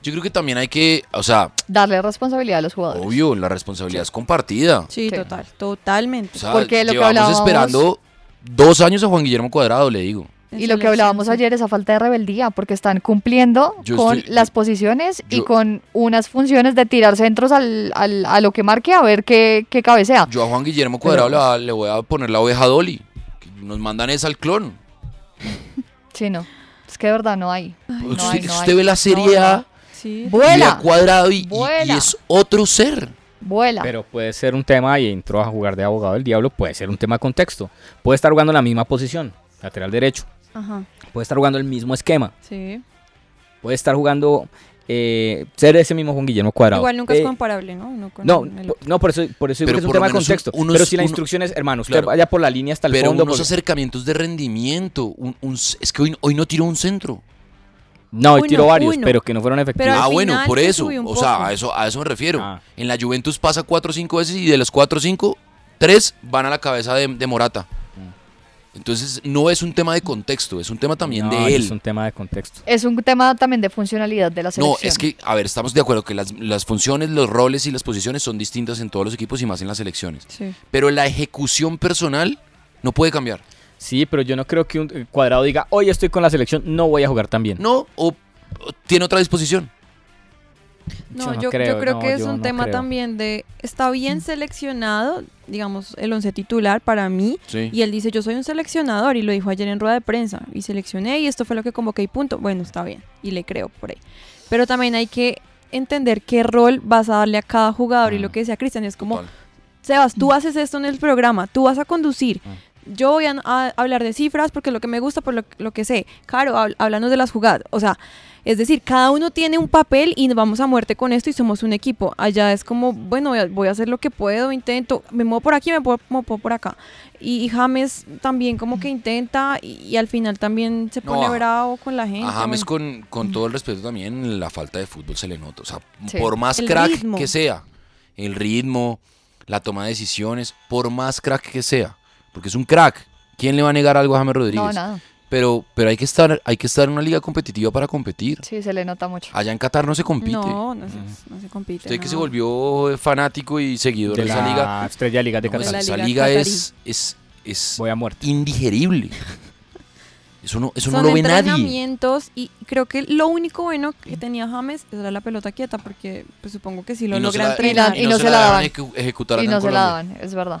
Speaker 1: Yo creo que también hay que, o sea,
Speaker 5: Darle responsabilidad a los jugadores.
Speaker 1: obvio, la responsabilidad es compartida.
Speaker 4: Sí,
Speaker 5: Sí.
Speaker 4: total, totalmente.
Speaker 1: O sea,
Speaker 5: Porque lo que
Speaker 1: llevamos
Speaker 5: hablábamos-
Speaker 1: esperando dos años a Juan Guillermo Cuadrado, le digo.
Speaker 5: Y lo que hablábamos ayer, esa falta de rebeldía, porque están cumpliendo
Speaker 1: Yo
Speaker 5: con
Speaker 1: estoy-
Speaker 5: las posiciones y
Speaker 1: yo-
Speaker 5: con unas funciones de tirar centros al, al- a lo que marque a ver qué, qué cabecea.
Speaker 1: Yo a Juan Guillermo Cuadrado le va- le, voy a poner la oveja Dolly. que Nos mandan esa al clon.
Speaker 5: Sí, no. Es que de verdad no hay.
Speaker 1: usted
Speaker 5: no hay, no
Speaker 1: usted
Speaker 5: hay.
Speaker 1: ve la Serie
Speaker 5: No,
Speaker 1: A
Speaker 4: Sí.
Speaker 1: y ve
Speaker 5: Vuela,
Speaker 1: a Cuadrado y, y- y
Speaker 5: Vuela.
Speaker 1: es otro ser.
Speaker 5: vuela.
Speaker 3: Pero puede ser un tema, y entró a jugar de abogado del diablo, puede ser un tema de contexto. Puede estar jugando en la misma posición, lateral derecho.
Speaker 4: Ajá,
Speaker 3: Puede estar jugando el mismo esquema.
Speaker 4: sí.
Speaker 3: Puede estar jugando, eh, ser ese mismo Juan Guillermo Cuadrado.
Speaker 4: Igual nunca es
Speaker 3: Eh,
Speaker 4: comparable, ¿no? Uno con
Speaker 3: No,
Speaker 4: el
Speaker 3: po-
Speaker 4: otro.
Speaker 3: no, por eso, por eso digo
Speaker 1: Pero
Speaker 3: que es un
Speaker 1: por lo
Speaker 3: tema de
Speaker 1: menos un-
Speaker 3: contexto.
Speaker 1: unos-
Speaker 3: pero si la
Speaker 1: uno-
Speaker 3: instrucción es, hermano, usted
Speaker 1: Claro.
Speaker 3: vaya por la línea hasta el
Speaker 1: Pero
Speaker 3: fondo.
Speaker 1: unos
Speaker 3: porque-
Speaker 1: acercamientos de rendimiento. un- un- es que hoy, hoy no tiró un centro.
Speaker 3: No, él tiró
Speaker 4: Uno,
Speaker 3: varios,
Speaker 4: uno.
Speaker 3: pero que no fueron efectivos.
Speaker 4: Pero al
Speaker 1: ah, bueno,
Speaker 4: final
Speaker 1: por
Speaker 4: sí
Speaker 1: eso.
Speaker 4: subió un
Speaker 1: O sea,
Speaker 4: poco.
Speaker 1: a eso, a eso me refiero.
Speaker 3: Ah.
Speaker 1: En la Juventus pasa 4 o 5 veces y de los 4 o 5, 3 van a la cabeza de, de Morata. Entonces, no es un tema de contexto, es un tema también
Speaker 3: Mm. No,
Speaker 1: de
Speaker 3: Es
Speaker 1: él.
Speaker 3: un tema de contexto.
Speaker 5: Es un tema también de funcionalidad de la
Speaker 1: No,
Speaker 5: selección.
Speaker 1: es que, a ver, estamos de acuerdo que las, las funciones, los roles y las posiciones son distintas en todos los equipos y más en las selecciones.
Speaker 4: Sí.
Speaker 1: Pero la ejecución personal no puede cambiar.
Speaker 3: Sí, pero yo no creo que un eh, cuadrado diga, hoy estoy con la selección, no voy a jugar tan bien.
Speaker 1: No, o, o tiene otra disposición.
Speaker 3: Yo
Speaker 4: No,
Speaker 3: no
Speaker 4: yo, yo
Speaker 3: creo,
Speaker 4: creo,
Speaker 3: no,
Speaker 4: que es
Speaker 3: yo
Speaker 4: un
Speaker 3: no
Speaker 4: tema
Speaker 3: creo. Mm.
Speaker 4: también de está bien seleccionado, digamos, el once titular para mí.
Speaker 1: Sí.
Speaker 4: Y él dice, yo soy un seleccionador y lo dijo ayer en rueda de prensa. Y seleccioné y esto fue lo que convoqué y punto. Bueno, está bien. Y le creo por ahí. Pero también hay que entender qué rol vas a darle a cada jugador. Y lo que decía Cristian es como,
Speaker 1: Mm. Total. Ah.
Speaker 4: Sebas, tú haces esto en el programa, tú vas a conducir. yo voy a, a hablar de cifras porque es lo que me gusta, por lo, lo que sé. Caro, hab- hablando de las jugadas. O sea, es decir, cada uno tiene un papel y nos vamos a muerte con esto y somos un equipo. Allá es como, bueno, voy a, voy a hacer lo que puedo, intento, me muevo por aquí, me muevo, me muevo por acá. Y, y James también como que intenta y, y al final también se
Speaker 1: Mm. No,
Speaker 4: pone
Speaker 1: a-
Speaker 4: bravo con la gente.
Speaker 1: A James,
Speaker 4: bueno.
Speaker 1: con, con todo el respeto también, la falta de fútbol se le nota. O sea,
Speaker 4: Sí.
Speaker 1: por más
Speaker 4: El
Speaker 1: crack
Speaker 4: ritmo.
Speaker 1: que sea, el ritmo, la toma de decisiones, por más crack que sea, porque es un crack. ¿Quién le va a negar algo a James Rodríguez?
Speaker 5: No, nada.
Speaker 1: Pero, pero hay que estar, hay que estar en una liga competitiva para competir.
Speaker 5: Sí, se le nota mucho.
Speaker 1: Allá en Qatar no se compite.
Speaker 4: No, no se, no se compite.
Speaker 1: Usted que se
Speaker 4: no.
Speaker 1: volvió fanático y seguidor de,
Speaker 3: De
Speaker 1: esa
Speaker 3: la
Speaker 1: liga.
Speaker 3: Estrella Liga de
Speaker 1: No,
Speaker 3: Qatar.
Speaker 1: esa,
Speaker 3: De la
Speaker 1: esa
Speaker 3: Liga
Speaker 1: liga
Speaker 3: Qatarí.
Speaker 1: es, es, es
Speaker 3: Voy a muerte.
Speaker 1: indigerible. Eso no, eso no
Speaker 4: Son
Speaker 1: lo ve nadie.
Speaker 4: entrenamientos y creo que lo único bueno que tenía James era la pelota quieta porque pues, supongo que sí lo
Speaker 1: Y no se
Speaker 4: logra
Speaker 1: la-
Speaker 4: entrenar.
Speaker 1: y no Y no se se la la daban. daban ejecu- ejecutar
Speaker 5: Y
Speaker 1: acá en
Speaker 5: no se la
Speaker 1: Colombia.
Speaker 5: daban, es verdad.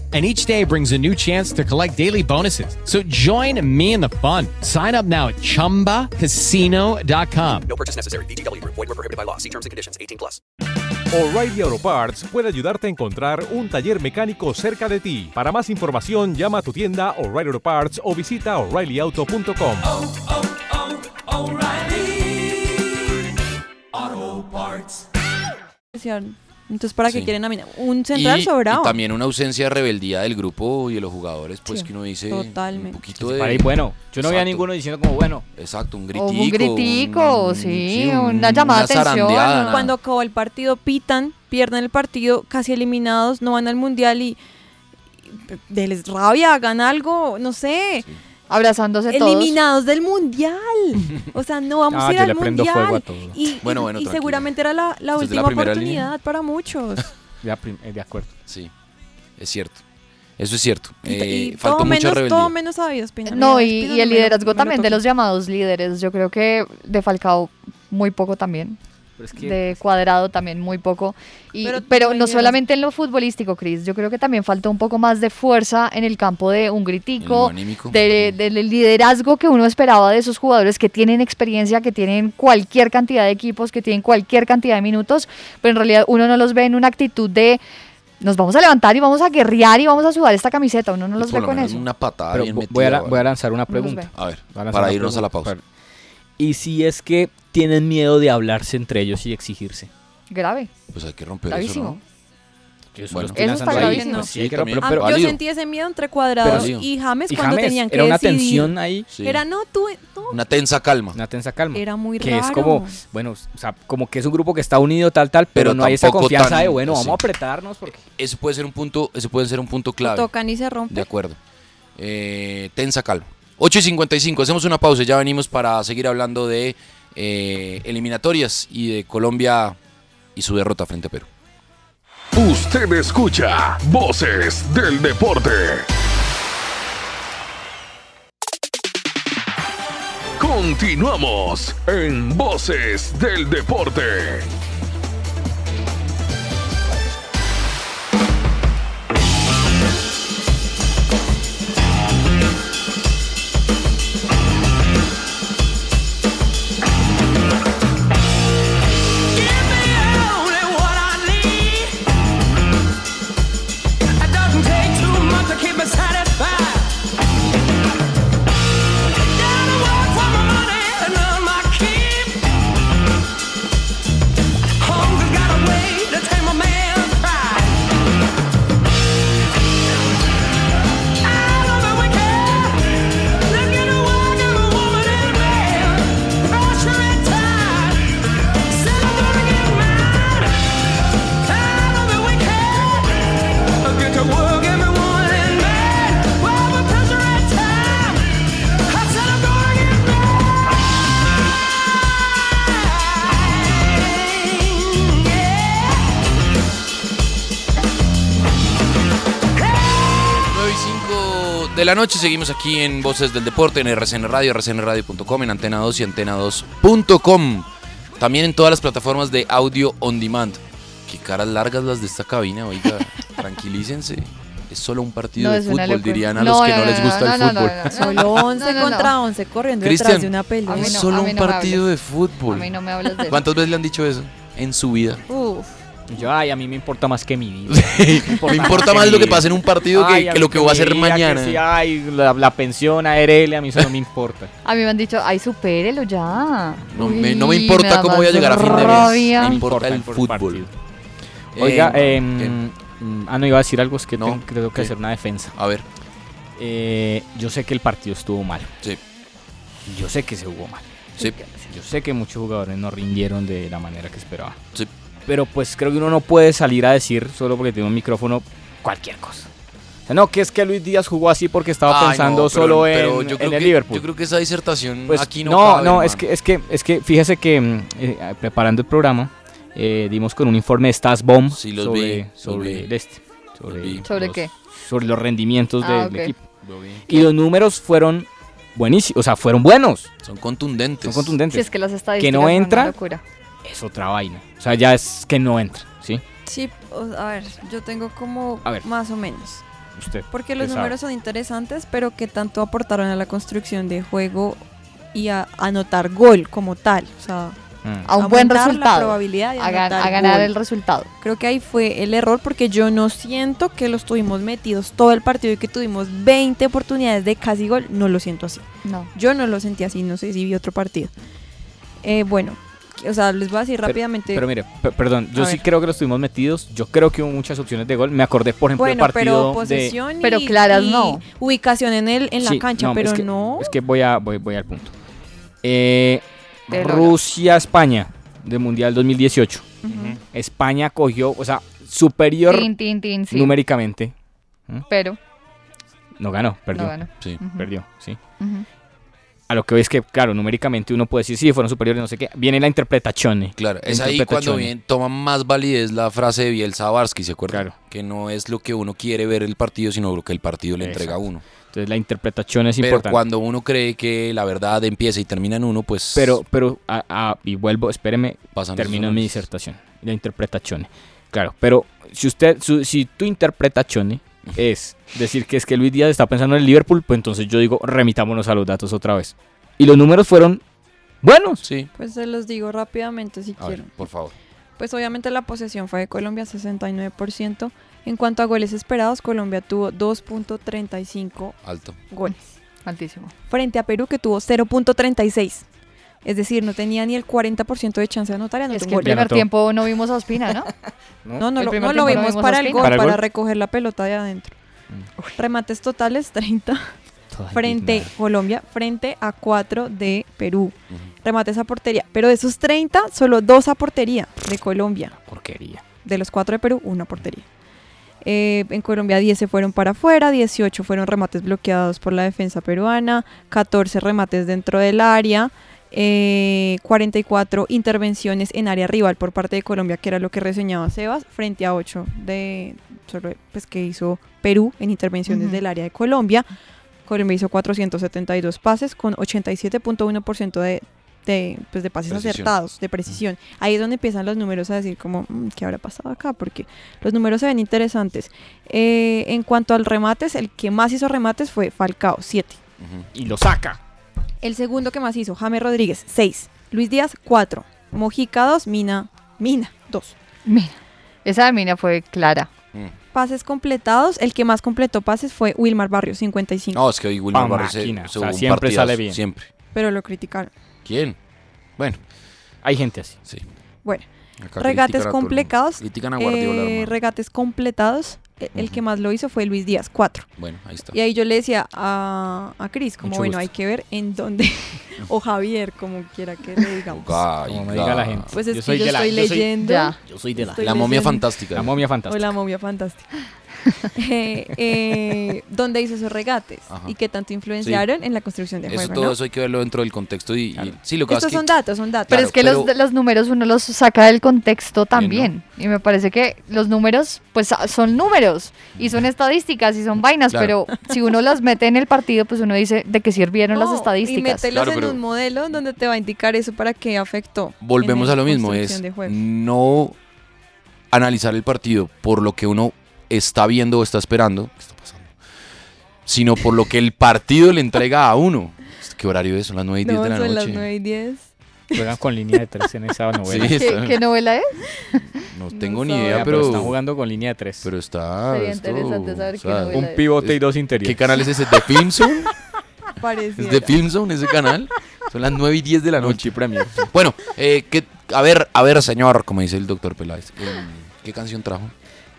Speaker 8: And each day brings a new chance to collect daily bonuses. So join me in the fun. Sign up now at chumbacasino.com.
Speaker 9: No purchase necessary. VGW Group. Void were prohibited by law. See terms and conditions. 18 plus.
Speaker 10: O'Reilly Auto Parts puede ayudarte a encontrar un taller mecánico cerca de ti. Para más información, llama a tu tienda O'Reilly Auto Parts o visita oreillyauto.com.
Speaker 4: Entonces, ¿para qué
Speaker 1: Sí.
Speaker 4: quieren a mina? Un central sobrado.
Speaker 1: y también una ausencia de rebeldía del grupo y de los jugadores, pues
Speaker 4: Sí,
Speaker 1: que uno dice
Speaker 4: totalmente.
Speaker 1: un poquito
Speaker 3: Sí,
Speaker 1: de...
Speaker 3: para ahí, bueno, yo no vi a
Speaker 1: Exacto.
Speaker 3: ninguno diciendo como bueno.
Speaker 1: Exacto, un
Speaker 5: O
Speaker 1: gritico.
Speaker 5: un gritico, sí,
Speaker 1: sí,
Speaker 5: una
Speaker 1: un-
Speaker 5: llamada
Speaker 1: una
Speaker 5: de atención.
Speaker 1: zarandeada.
Speaker 4: Cuando acabó el partido, pitan, pierden el partido, casi eliminados, no van al mundial y. y- Deles rabia, hagan algo, no sé.
Speaker 5: Abrazándose todos.
Speaker 4: Eliminados del mundial. O sea, no vamos
Speaker 1: Ah,
Speaker 4: a ir
Speaker 1: yo
Speaker 4: al
Speaker 1: le prendo
Speaker 4: mundial.
Speaker 1: fuego a todo.
Speaker 4: Y,
Speaker 1: Bueno,
Speaker 4: y-
Speaker 1: bueno,
Speaker 4: y
Speaker 1: tranquila.
Speaker 4: seguramente era la, la
Speaker 1: Desde la
Speaker 4: última
Speaker 1: primera
Speaker 4: oportunidad
Speaker 1: línea.
Speaker 4: para muchos.
Speaker 3: Ya prim- eh, de acuerdo.
Speaker 1: Sí, es cierto. Eso es cierto. Eh,
Speaker 4: y
Speaker 1: faltó
Speaker 4: todo
Speaker 1: mucha
Speaker 4: menos,
Speaker 1: rebeldía.
Speaker 4: todo menos sabidos, Peña.
Speaker 5: No,
Speaker 4: Mira,
Speaker 5: y,
Speaker 4: Pino
Speaker 5: y el
Speaker 4: me lo-
Speaker 5: liderazgo
Speaker 4: me lo
Speaker 5: también de
Speaker 4: toca.
Speaker 5: los llamados líderes. Yo creo que de Falcao muy poco también.
Speaker 3: que-
Speaker 5: de cuadrado también muy poco. Y, pero no solamente en lo futbolístico, Cris. Yo creo que también faltó un poco más de fuerza en el campo de un gritico,
Speaker 1: En lo anímico.
Speaker 5: de- del liderazgo que uno esperaba de esos jugadores que tienen experiencia, que tienen cualquier cantidad de equipos, que tienen cualquier cantidad de minutos, pero en realidad uno no los ve en una actitud de nos vamos a levantar y vamos a guerrear y vamos a sudar esta camiseta. Uno no los ve
Speaker 1: Por lo
Speaker 5: con
Speaker 1: menos
Speaker 5: eso.
Speaker 1: una patada
Speaker 3: Pero
Speaker 1: bien
Speaker 3: vo- voy, a,
Speaker 1: metida,
Speaker 3: la-
Speaker 1: ¿vale?
Speaker 3: voy a lanzar una
Speaker 5: No los
Speaker 3: pregunta.
Speaker 1: A ver,
Speaker 3: Voy lanzar
Speaker 1: para
Speaker 3: una
Speaker 1: irnos a la
Speaker 3: pregunta.
Speaker 1: pausa.
Speaker 3: ¿Y si es que tienen miedo de hablarse entre ellos y exigirse?
Speaker 5: Grave.
Speaker 1: Pues hay que romper eso,
Speaker 5: Gravísimo.
Speaker 1: ¿no?
Speaker 3: Bueno,
Speaker 1: Bueno.
Speaker 5: Eso está gravísimo.
Speaker 3: pues sí,
Speaker 1: Sí,
Speaker 3: pero-
Speaker 1: también.
Speaker 3: pero- pero-
Speaker 4: Ah, yo
Speaker 3: válido.
Speaker 4: sentí ese miedo entre cuadrados
Speaker 1: Pero-
Speaker 4: y James
Speaker 3: Y
Speaker 4: cuando
Speaker 3: James,
Speaker 4: tenían que
Speaker 3: era una
Speaker 4: decidir.
Speaker 3: tensión ahí.
Speaker 1: Sí.
Speaker 4: Era no, tú, tú.
Speaker 1: Una tensa calma.
Speaker 3: Una tensa calma.
Speaker 4: Era muy
Speaker 3: Mm. que
Speaker 4: raro.
Speaker 3: es como, bueno, o sea, como que es un grupo que está unido tal, tal, pero,
Speaker 1: Pero
Speaker 3: no hay esa
Speaker 1: tampoco
Speaker 3: confianza
Speaker 1: tan-
Speaker 3: de, bueno,
Speaker 1: sí.
Speaker 3: vamos a apretarnos porque...
Speaker 1: Ese puede ser un punto, ese puede ser un punto clave.
Speaker 4: tocan y se rompen.
Speaker 1: De acuerdo. Eh, tensa calma. 8 y 55, hacemos una pausa, ya venimos para seguir hablando de eh, eliminatorias y de Colombia y su derrota frente a Perú.
Speaker 11: Usted escucha Voces del Deporte. Continuamos en Voces del Deporte.
Speaker 1: de la noche. Seguimos aquí en Voces del Deporte, en RCN Radio, rcnradio.com, en Antena 2 y Antena 2.com. También en todas las plataformas de audio on demand. Qué caras largas las de esta cabina, oiga. Tranquilícense. Es solo un partido
Speaker 5: No,
Speaker 1: de
Speaker 5: es una
Speaker 1: fútbol,
Speaker 5: locura.
Speaker 1: dirían a
Speaker 5: No,
Speaker 1: los que
Speaker 5: no,
Speaker 1: no,
Speaker 5: no,
Speaker 1: les
Speaker 5: no,
Speaker 1: gusta
Speaker 5: no,
Speaker 1: el
Speaker 5: no,
Speaker 1: fútbol.
Speaker 5: no, no.
Speaker 4: Solo 11 contra 11 corriendo detrás
Speaker 1: Cristian,
Speaker 4: de una pelota.
Speaker 1: es solo un
Speaker 5: no me
Speaker 1: partido de
Speaker 5: hables.
Speaker 1: fútbol.
Speaker 5: A mí no me hablas de eso.
Speaker 1: ¿Cuántas veces le han dicho eso en su vida?
Speaker 4: Uf.
Speaker 3: Yo, ay, a mí me importa más que mi vida.
Speaker 1: Me importa más lo que pase en un partido que-
Speaker 3: Ay,
Speaker 1: que
Speaker 3: mí
Speaker 1: lo que voy a
Speaker 3: mi
Speaker 1: hacer
Speaker 3: vida,
Speaker 1: mañana.
Speaker 3: que sí, ay, la, la pensión ARL, a mí eso no me importa.
Speaker 5: A mí me han dicho, ay, supérelo ya.
Speaker 1: No me,
Speaker 5: Uy,
Speaker 1: no me
Speaker 5: me
Speaker 1: importa
Speaker 5: da
Speaker 1: cómo voy a
Speaker 5: más
Speaker 1: llegar a fin de
Speaker 5: rabia.
Speaker 1: mes. Me importa el
Speaker 3: por
Speaker 1: fútbol. Eh,
Speaker 3: Oiga,
Speaker 1: ¿qué?
Speaker 3: em, mm, ah, no iba a decir algo, es que tengo- creo que hacer una defensa. Eh,
Speaker 1: A ver.
Speaker 3: yo sé que el partido estuvo mal.
Speaker 1: Sí.
Speaker 3: Yo sé que se jugó mal.
Speaker 1: Sí.
Speaker 3: Yo sé que muchos jugadores no rindieron de la manera que esperaba.
Speaker 1: Sí.
Speaker 3: Pero pues creo que uno no puede salir a decir, solo porque tiene un micrófono, cualquier cosa. O sea, no, que es que Luis Díaz jugó así porque estaba
Speaker 1: Ay, no,
Speaker 3: pensando
Speaker 1: pero-
Speaker 3: solo en,
Speaker 1: pero yo
Speaker 3: en
Speaker 1: creo
Speaker 3: el
Speaker 1: que-
Speaker 3: Liverpool.
Speaker 1: Yo creo que esa disertación
Speaker 3: Pues,
Speaker 1: aquí no
Speaker 3: no,
Speaker 1: cabe,
Speaker 3: no, es
Speaker 1: hermano.
Speaker 3: que, es que, es que, fíjese que mm, eh, preparando el programa eh, dimos con un informe de Stats Bomb
Speaker 1: Sí, los
Speaker 3: sobre,
Speaker 1: vi, los
Speaker 3: sobre
Speaker 1: vi.
Speaker 3: el este, sobre,
Speaker 5: ¿Sobre
Speaker 3: los-
Speaker 5: qué?
Speaker 3: sobre los rendimientos
Speaker 5: Ah,
Speaker 3: del
Speaker 5: ok.
Speaker 3: equipo.
Speaker 1: Lo vi.
Speaker 3: Y los números fueron buenísimos, o sea, fueron buenos,
Speaker 1: Son contundentes.
Speaker 3: son contundentes.
Speaker 5: Si es que las estadísticas
Speaker 3: que
Speaker 5: son
Speaker 3: no
Speaker 5: una
Speaker 3: entra
Speaker 5: locura.
Speaker 3: es otra vaina, o sea, ya es que no entra, ¿sí?
Speaker 4: Sí, o- a ver, yo tengo como
Speaker 3: A ver.
Speaker 4: más o menos.
Speaker 3: Usted.
Speaker 4: Porque los
Speaker 3: usted sabe.
Speaker 4: números son interesantes, pero que tanto aportaron a la construcción de juego y a anotar gol como tal. O sea,
Speaker 3: Mm.
Speaker 5: A un buen
Speaker 4: aumentar la
Speaker 5: resultado.
Speaker 4: probabilidad de
Speaker 5: a, gan-
Speaker 4: anotar
Speaker 5: a ganar
Speaker 4: gol.
Speaker 5: el resultado.
Speaker 4: Creo que ahí fue el error porque yo no siento que los tuvimos metidos todo el partido y que tuvimos 20 oportunidades de casi gol. No lo siento así.
Speaker 5: No.
Speaker 4: Yo no lo sentí así, no sé si vi otro partido. Eh, bueno, o sea, les voy a decir
Speaker 3: Pero-
Speaker 4: rápidamente.
Speaker 3: Pero, mire, pe- perdón, yo
Speaker 4: A
Speaker 3: sí
Speaker 4: ver.
Speaker 3: creo que los tuvimos metidos, yo creo que hubo muchas opciones de gol. Me acordé, por ejemplo, del
Speaker 4: bueno, pero
Speaker 3: partido de...
Speaker 4: posesión y,
Speaker 5: Pero claras
Speaker 4: y
Speaker 5: no.
Speaker 4: ubicación en el en
Speaker 3: Sí,
Speaker 4: la cancha,
Speaker 3: no,
Speaker 4: pero
Speaker 3: es que-
Speaker 4: no.
Speaker 3: Es que voy, a, voy, voy al punto. Eh,
Speaker 4: Pero no.
Speaker 3: Rusia-España del Mundial 2018.
Speaker 5: Ujú.
Speaker 3: España cogió, o sea, superior
Speaker 5: Tin, tin, tin, sí.
Speaker 3: numéricamente.
Speaker 5: Pero
Speaker 3: No ganó, perdió.
Speaker 5: ganó. Sí. Ujú.
Speaker 3: Perdió, sí.
Speaker 5: ujú,
Speaker 3: A lo que ves que, claro, numéricamente uno puede decir, sí, fueron superiores, no sé qué. Viene la interpretación.
Speaker 1: Claro, es ahí cuando bien toma más validez la frase de Bielsa Barsky, ¿se acuerdan? Que no es lo que uno quiere ver el partido, sino lo que el partido le entrega a
Speaker 3: Exacto.
Speaker 1: uno.
Speaker 3: Entonces la interpretación es
Speaker 1: Pero
Speaker 3: importante.
Speaker 1: cuando uno cree que la verdad empieza y termina en uno, pues
Speaker 3: Pero, pero, ah, ah, y vuelvo, espéreme,
Speaker 1: Pasan
Speaker 3: termino
Speaker 1: esos
Speaker 3: mi disertación, la interpretación. Claro, pero si usted, su- si tu interpretación es decir que es que Luis Díaz está pensando en el Liverpool, pues entonces yo digo, remitámonos a los datos otra vez. Y los números fueron buenos.
Speaker 1: Sí.
Speaker 4: Pues se los digo rápidamente si
Speaker 1: A ver,
Speaker 4: quieren.
Speaker 1: por favor.
Speaker 4: Pues obviamente la posesión fue de Colombia 69%. En cuanto a goles esperados, Colombia tuvo 2.35
Speaker 1: Alto.
Speaker 4: goles.
Speaker 5: Altísimo.
Speaker 4: Frente a Perú que tuvo 0.36. Es decir, no tenía ni el 40% de chance de anotar y anotó
Speaker 5: Es
Speaker 4: un
Speaker 5: que el
Speaker 4: gol.
Speaker 5: primer tiempo no vimos a Ospina, ¿no?
Speaker 4: No, no,
Speaker 5: El
Speaker 4: lo,
Speaker 5: primer
Speaker 4: no lo
Speaker 5: tiempo no
Speaker 4: vimos
Speaker 5: vimos
Speaker 4: para
Speaker 5: a Mm.
Speaker 4: el
Speaker 5: Ospina.
Speaker 4: gol,
Speaker 3: ¿Para
Speaker 4: para,
Speaker 3: el gol?
Speaker 4: recoger la pelota de adentro. Remates totales 30
Speaker 3: Toda
Speaker 4: frente
Speaker 3: indignada.
Speaker 4: Colombia, frente a 4 de Perú. Remates a portería, pero de esos 30, solo 2 a portería de Colombia.
Speaker 3: Porquería.
Speaker 4: De los 4 de Perú, una portería. Eh, en Colombia 10 se fueron para afuera, 18 fueron remates bloqueados por la defensa peruana, 14 remates dentro del área, eh, 44 intervenciones en área rival por parte de Colombia, que era lo que reseñaba Sebas, frente a 8 de, solo, pues, que hizo Perú en intervenciones
Speaker 5: Ujú.
Speaker 4: del área de Colombia. Colombia hizo 472 pases con 87.1% de, de, pues, de pases
Speaker 7: Precisión.
Speaker 4: acertados, de precisión. Ahí es donde empiezan los números a decir como, "Mm, ¿qué habrá pasado acá? Porque los números se ven interesantes. Eh, en cuanto al remates, el que más hizo remates fue Falcao, 7.
Speaker 3: Y lo saca.
Speaker 4: El segundo que más hizo, James Rodríguez, 6. Luis Díaz, 4. Mojica, 2. Mina, Mina, 2.
Speaker 5: Mira, esa de Mina fue clara.
Speaker 1: Mm.
Speaker 4: Pases completados, el que más completó pases fue Wilmar Barrios, 55.
Speaker 1: No, es que hoy Wilmar
Speaker 3: Pa'
Speaker 1: Barrios se-
Speaker 3: máquina, o
Speaker 1: se
Speaker 3: sea,
Speaker 1: jugó un
Speaker 3: siempre
Speaker 1: partidazo,
Speaker 3: sale bien.
Speaker 1: Siempre.
Speaker 4: Pero lo criticaron.
Speaker 1: ¿Quién? Bueno.
Speaker 3: Hay gente así.
Speaker 1: Sí.
Speaker 4: Bueno,
Speaker 1: Acá critican a
Speaker 4: regates
Speaker 1: todo el mundo.
Speaker 4: complicados.
Speaker 1: Critican a Guardiola,
Speaker 4: eh,
Speaker 1: hermano.
Speaker 4: regates completados, e- el que más lo hizo fue Luis Díaz, 4.
Speaker 1: Bueno, ahí está.
Speaker 4: Y ahí yo le decía a, a Cris, como
Speaker 1: Mucho
Speaker 4: bueno,
Speaker 1: gusto.
Speaker 4: hay que ver en dónde, o Javier, como quiera que le digamos.
Speaker 3: Como me diga la gente.
Speaker 4: Pues es que yo estoy leyendo.
Speaker 5: Ya.
Speaker 3: Yo soy de la.
Speaker 4: Estoy La momia leyendo.
Speaker 1: fantástica.
Speaker 3: La momia
Speaker 4: O
Speaker 3: fantástica.
Speaker 4: la momia fantástica. Eh, eh, ¿Dónde hizo esos regates?
Speaker 1: Ajá.
Speaker 4: ¿Y qué tanto influenciaron en la construcción de
Speaker 1: Eso
Speaker 4: juego?
Speaker 1: todo
Speaker 4: ¿no?
Speaker 1: eso hay que verlo dentro del contexto y, y- sí lo que pasa
Speaker 4: Estos
Speaker 1: es que
Speaker 4: son datos, son datos.
Speaker 5: Pero es que los, los números uno los saca del contexto también. Y me parece que los números, pues ah, son números y son estadísticas y son vainas,
Speaker 1: Claro.
Speaker 5: pero si uno las mete en el partido, pues uno dice de qué sirvieron las
Speaker 4: No, Y
Speaker 5: estadísticas.
Speaker 4: mételos
Speaker 1: Claro,
Speaker 4: en
Speaker 1: pero-
Speaker 4: un modelo donde te va a indicar eso para qué afectó.
Speaker 1: volvemos
Speaker 4: en
Speaker 1: a
Speaker 4: la
Speaker 1: lo mismo,
Speaker 4: construcción
Speaker 1: es
Speaker 4: de juego.
Speaker 1: no analizar el partido por lo que uno está viendo o está esperando, ¿qué está pasando? sino por lo que el partido le entrega a uno. ¿Qué horario es? Son las 9 y 10
Speaker 4: No,
Speaker 1: de la
Speaker 4: son
Speaker 1: noche.
Speaker 4: las 9 y 10.
Speaker 3: Juegan con línea de tres en esa novela.
Speaker 1: Sí,
Speaker 5: ¿Qué,
Speaker 1: está-
Speaker 5: qué novela es?
Speaker 1: no tengo ni
Speaker 3: sabe.
Speaker 1: idea,
Speaker 3: Ya,
Speaker 1: pero,
Speaker 3: pero están jugando con línea de tres.
Speaker 1: Pero está
Speaker 5: Sería
Speaker 1: esto,
Speaker 5: interesante saber qué novela
Speaker 3: Un es. pivote y dos interiores.
Speaker 1: ¿Qué canal es ese? ¿De Filmzone?
Speaker 4: Pareciera.
Speaker 1: ¿Es de Filmzone ese canal? Son las 9 y 10 de la noche. Premier. Bueno, eh, ¿qué- a ver, a ver, señor, como dice el doctor Peláez. eh, ¿Qué canción trajo?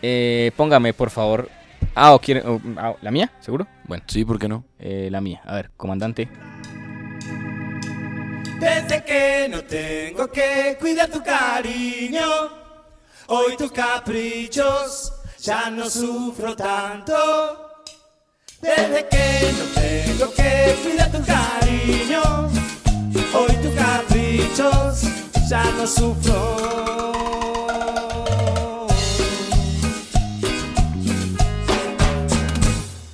Speaker 3: Eh, póngame, por favor. Ah, o quiere- o- ah, ¿La mía? ¿Seguro? Bueno.
Speaker 1: Sí, ¿por qué no?
Speaker 3: eh, la mía. A ver, comandante.
Speaker 12: Desde que no tengo que cuidar tu cariño, hoy tus caprichos ya no sufro tanto. Desde que no tengo que cuidar tu cariño, hoy tus caprichos ya no sufro.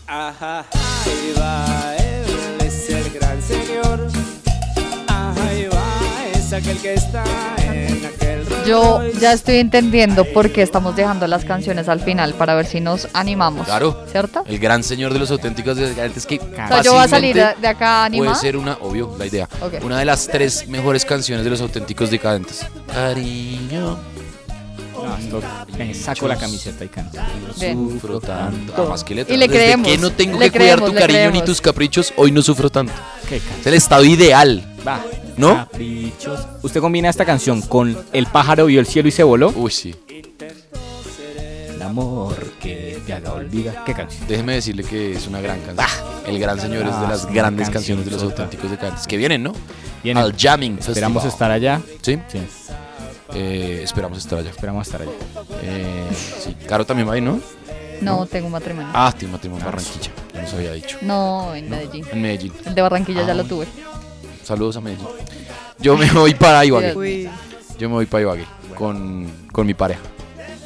Speaker 12: Ajá, ahí va, él es el gran señor. Ahí va, es aquel que está en aquel
Speaker 5: Yo ya estoy entendiendo por qué estamos dejando las canciones al final para ver si nos animamos.
Speaker 1: Claro.
Speaker 5: ¿Cierto?
Speaker 1: El gran señor de los auténticos desgarrantes que
Speaker 5: O sea, yo voy a salir
Speaker 1: fácilmente
Speaker 5: de de acá
Speaker 1: Puede
Speaker 5: animada.
Speaker 1: ser una, obvio, la idea.
Speaker 5: Ok.
Speaker 1: Una de las tres mejores canciones de los auténticos decadentes. Cariño.
Speaker 3: me saco la camiseta y canto.
Speaker 1: No
Speaker 3: Bien.
Speaker 1: sufro tanto. Además, ¿qué letra?
Speaker 5: Y le
Speaker 1: Desde
Speaker 5: creemos,
Speaker 1: que no tengo
Speaker 5: le
Speaker 1: que cuidar
Speaker 5: creemos,
Speaker 1: tu
Speaker 5: le
Speaker 1: cariño ni
Speaker 5: creemos.
Speaker 1: tus caprichos, hoy no sufro tanto.
Speaker 3: Qué
Speaker 1: Es el estado ideal.
Speaker 3: Va.
Speaker 1: ¿No?
Speaker 3: Caprichos. Usted combina esta canción con El pájaro vio el cielo y se voló.
Speaker 1: Uy, sí.
Speaker 3: El amor que te haga olvidar. ¿Qué canción?
Speaker 1: Déjeme decirle que es una gran canción. El gran señor es de
Speaker 3: Ah,
Speaker 1: las
Speaker 3: es una
Speaker 1: grandes
Speaker 3: canción,
Speaker 1: canciones de los
Speaker 3: sota.
Speaker 1: auténticos decadentes. Que vienen, ¿no?
Speaker 3: Vienen.
Speaker 1: Al Jamming
Speaker 3: Esperamos
Speaker 1: Festival.
Speaker 3: estar allá.
Speaker 1: ¿Sí?
Speaker 3: Sí.
Speaker 1: Eh, esperamos estar allá.
Speaker 3: Esperamos estar allá.
Speaker 1: Eh, sí. Caro también va ahí, ¿no?
Speaker 5: No, tengo un matrimonio.
Speaker 1: Ah, tiene matrimonio en Barranquilla. Ya nos había dicho.
Speaker 5: No, en Medellín.
Speaker 1: En Medellín.
Speaker 5: El de Barranquilla ya lo tuve.
Speaker 1: Saludos a Medellín. Yo me voy para Ibagué.
Speaker 5: Uy.
Speaker 1: Yo me voy para Ibagué con, con mi pareja,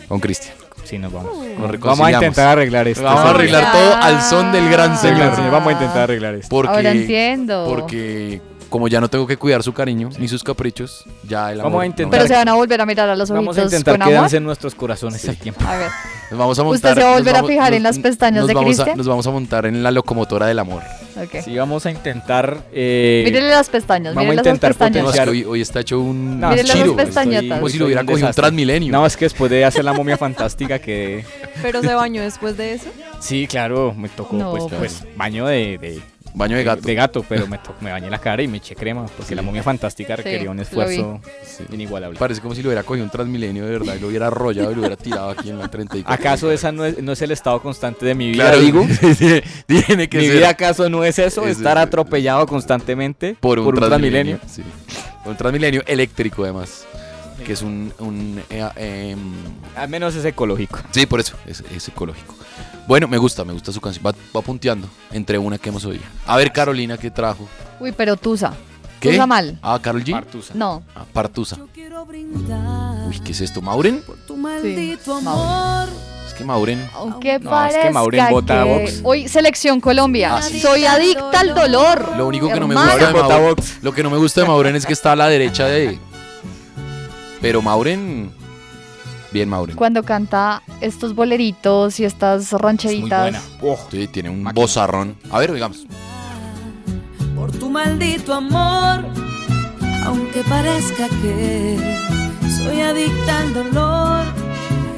Speaker 1: con Cristian.
Speaker 3: Sí, nos vamos.
Speaker 1: Nos
Speaker 5: Mm.
Speaker 3: Vamos a
Speaker 1: reconciliamos.
Speaker 3: intentar arreglar esto.
Speaker 1: Vamos a arreglar todo al son del gran
Speaker 3: Del gran
Speaker 1: señor.
Speaker 3: señor. Vamos a intentar arreglar esto.
Speaker 1: Porque,
Speaker 5: Ah. Ahora entiendo.
Speaker 1: Porque como ya no tengo que cuidar su cariño ni sus caprichos, ya el amor.
Speaker 3: Vamos a
Speaker 1: no-
Speaker 3: intentar-
Speaker 5: Pero se van a volver a mirar a los
Speaker 3: Vamos a
Speaker 5: ojitos
Speaker 3: intentar
Speaker 5: con
Speaker 3: que
Speaker 5: amor.
Speaker 3: dancen nuestros corazones al tiempo.
Speaker 5: A ver.
Speaker 1: Nos vamos a
Speaker 5: ¿Usted
Speaker 1: montar.
Speaker 5: se va a
Speaker 1: nos
Speaker 5: volver a
Speaker 1: vamos-
Speaker 5: fijar en las pestañas
Speaker 1: nos
Speaker 5: de
Speaker 1: vamos a-
Speaker 5: Cristian?
Speaker 1: Nos vamos a montar en la locomotora del amor.
Speaker 5: Ok.
Speaker 3: Sí, vamos a intentar. eh,
Speaker 5: Mírenle las pestañas,
Speaker 3: vamos a
Speaker 5: mírenle las dos
Speaker 3: intentar
Speaker 5: pestañas.
Speaker 3: potenciar-
Speaker 1: Hoy, hoy está hecho un
Speaker 3: No,
Speaker 5: Mírenle las
Speaker 1: chiro.
Speaker 5: pestañotas.
Speaker 1: Como si lo hubieran cogido un
Speaker 3: desastre.
Speaker 1: transmilenio.
Speaker 3: No, es que después de hacer la momia fantástica que...
Speaker 4: Pero se bañó después de eso.
Speaker 3: Sí, claro, me tocó
Speaker 4: No,
Speaker 3: pues,
Speaker 4: pues.
Speaker 3: pues, baño de, de-
Speaker 1: Baño de gato.
Speaker 3: De gato, pero me, to- me bañé la cara y me eché crema porque la momia fantástica
Speaker 5: Sí,
Speaker 3: requería un
Speaker 5: lo
Speaker 3: esfuerzo inigualable.
Speaker 1: Parece como si lo hubiera cogido un transmilenio de verdad y lo hubiera arrollado y lo hubiera tirado aquí en la 34.
Speaker 3: ¿Acaso esa no es, no es el estado constante de mi vida?
Speaker 1: Claro,
Speaker 3: digo.
Speaker 1: tiene que
Speaker 3: ¿Mi
Speaker 1: ser.
Speaker 3: vida acaso no es eso?
Speaker 1: Es-
Speaker 3: estar atropellado constantemente
Speaker 1: por un, transmilenio.
Speaker 3: transmilenio.
Speaker 1: sí. Un transmilenio eléctrico, además. Que es un. un, eh, eh,
Speaker 3: Al menos es ecológico.
Speaker 1: sí, por eso. Es, es ecológico. Bueno, me gusta, me gusta su canción. Va, va punteando entre una que hemos oído. A ver, Carolina, ¿qué trajo?
Speaker 5: Uy, pero Tusa.
Speaker 1: ¿Qué?
Speaker 5: Tusa mal.
Speaker 1: Ah, Carol G.
Speaker 5: No.
Speaker 1: Ah, Partusa. Uy, ¿qué es esto? ¿Mauren?
Speaker 5: Tu maldito amor.
Speaker 1: Es que Mauren.
Speaker 5: Aunque
Speaker 1: No, es
Speaker 5: parezca
Speaker 1: que Maureen vota
Speaker 5: que-
Speaker 1: Vox.
Speaker 5: Hoy Selección Colombia. Soy adicta al dolor.
Speaker 1: Ah, Lo único que no me
Speaker 5: Hermana.
Speaker 1: gusta de Mauren, lo que no me gusta de Mauren es que está a la derecha de. Pero Mauren. Bien, Mauren.
Speaker 5: Cuando canta estos boleritos y estas rancheritas.
Speaker 1: Sí, tiene un bozarrón. A ver, digamos.
Speaker 13: por tu maldito amor, aunque parezca que soy adicta al dolor.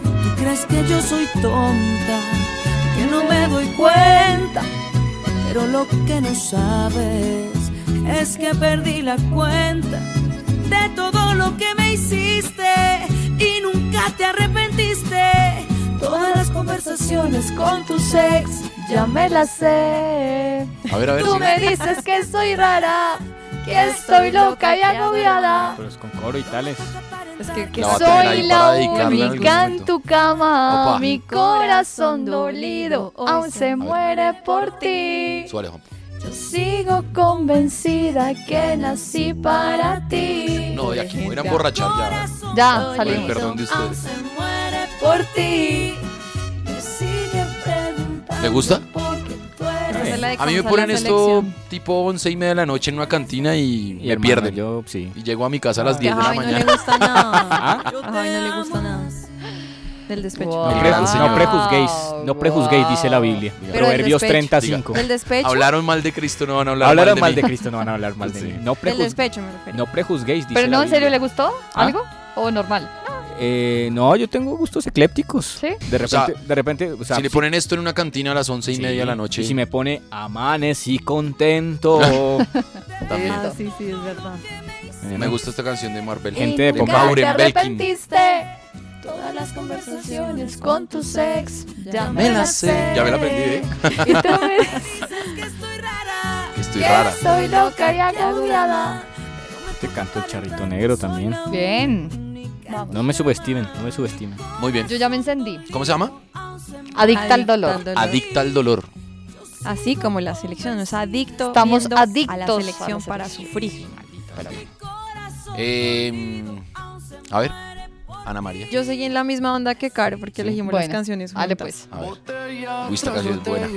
Speaker 13: Tú crees que yo soy tonta, que no me doy cuenta, pero lo que no sabes es que perdí la cuenta de todo lo que me hiciste y nunca te arrepentiste. Todas las conversaciones con tus ex ya me las sé.
Speaker 1: A ver, a ver.
Speaker 13: Tú
Speaker 1: sí.
Speaker 13: me dices que soy rara, que estoy loca y agobiada.
Speaker 3: Pero es con coro y tales.
Speaker 4: Es que,
Speaker 1: La va a tener
Speaker 5: Soy
Speaker 1: ahí para
Speaker 5: la
Speaker 1: dedicarla en algún
Speaker 5: única en
Speaker 1: momento.
Speaker 5: tu cama.
Speaker 1: Opa.
Speaker 5: Mi corazón dolido aún se muere por ti.
Speaker 1: Suárez, Juan.
Speaker 13: Yo sigo convencida que nací para ti.
Speaker 1: No, de aquí me voy a ir a emborrachar ya.
Speaker 5: Ya,
Speaker 1: Ay,
Speaker 5: salimos.
Speaker 1: perdón de ustedes.
Speaker 13: Muere por ti. Me sigue preguntando
Speaker 1: ¿Le gusta?
Speaker 13: porque tú eres
Speaker 1: A mí me ponen esto tipo 11 y media de la noche en una cantina y, me
Speaker 3: hermano,
Speaker 1: pierden.
Speaker 3: yo, sí. Ah.
Speaker 1: Y llego a mi casa a las 10 de la ¿Ah?
Speaker 4: Ay, no le
Speaker 1: mañana.
Speaker 4: gusta nada. Ay, no le gusta nada. del despecho.
Speaker 5: Ah,
Speaker 3: No, prejuz- Ah. no prejuzguéis, no prejuzguéis, dice la Biblia.
Speaker 4: Pero del
Speaker 3: Proverbios
Speaker 4: despecho.
Speaker 3: 35.
Speaker 4: Del despecho.
Speaker 1: Hablaron mal de Cristo, no van a hablar
Speaker 3: Hablaron
Speaker 1: mal
Speaker 3: mal
Speaker 1: de,
Speaker 3: de
Speaker 1: mí.
Speaker 3: Cristo, no van a hablar mal de
Speaker 1: Sí.
Speaker 3: mí. No,
Speaker 4: Del
Speaker 3: prejuz-
Speaker 4: despecho me refiero.
Speaker 3: no prejuzguéis, dice
Speaker 5: Pero no,
Speaker 3: la
Speaker 5: en serio,
Speaker 3: Biblia.
Speaker 5: ¿le gustó algo? ¿O normal?
Speaker 3: Eh, no, yo tengo gustos eclépticos. De
Speaker 1: O sea,
Speaker 3: repente, de repente, o sea,
Speaker 1: si le ponen esto en una cantina a las once y
Speaker 3: sí,
Speaker 1: media de la noche.
Speaker 3: Y si me pone amanecí contento. También.
Speaker 4: Ah, sí, sí, es verdad.
Speaker 1: Me gusta esta canción de Marvel.
Speaker 4: Eh.
Speaker 3: Gente de poca-
Speaker 1: Nunca te Lauren Belkin.
Speaker 5: arrepentiste? Todas las conversaciones con tu ex ya
Speaker 1: me las sé. Ya me la aprendí, ¿eh?
Speaker 5: Y tú me dices
Speaker 1: Que estoy rara.
Speaker 5: soy loca y agobiada.
Speaker 3: Te canto el charrito negro también.
Speaker 5: Bien.
Speaker 3: No me subestimen, no me subestimen.
Speaker 1: Muy bien.
Speaker 5: Yo ya me encendí.
Speaker 1: ¿Cómo se llama?
Speaker 5: Adicta al dolor.
Speaker 1: Adicta al dolor.
Speaker 4: Así como la selección, o sea, adicto
Speaker 5: Estamos
Speaker 4: viendo
Speaker 5: adictos
Speaker 4: a
Speaker 5: a
Speaker 4: la
Speaker 5: la
Speaker 4: selección para
Speaker 5: selección.
Speaker 4: sufrir.
Speaker 1: Eh, a ver, Ana María.
Speaker 4: Yo seguí en la misma onda que Caro porque elegimos las
Speaker 5: Bueno,
Speaker 4: canciones juntas.
Speaker 5: Ale pues.
Speaker 1: A ver. Uy, esta canción es buena.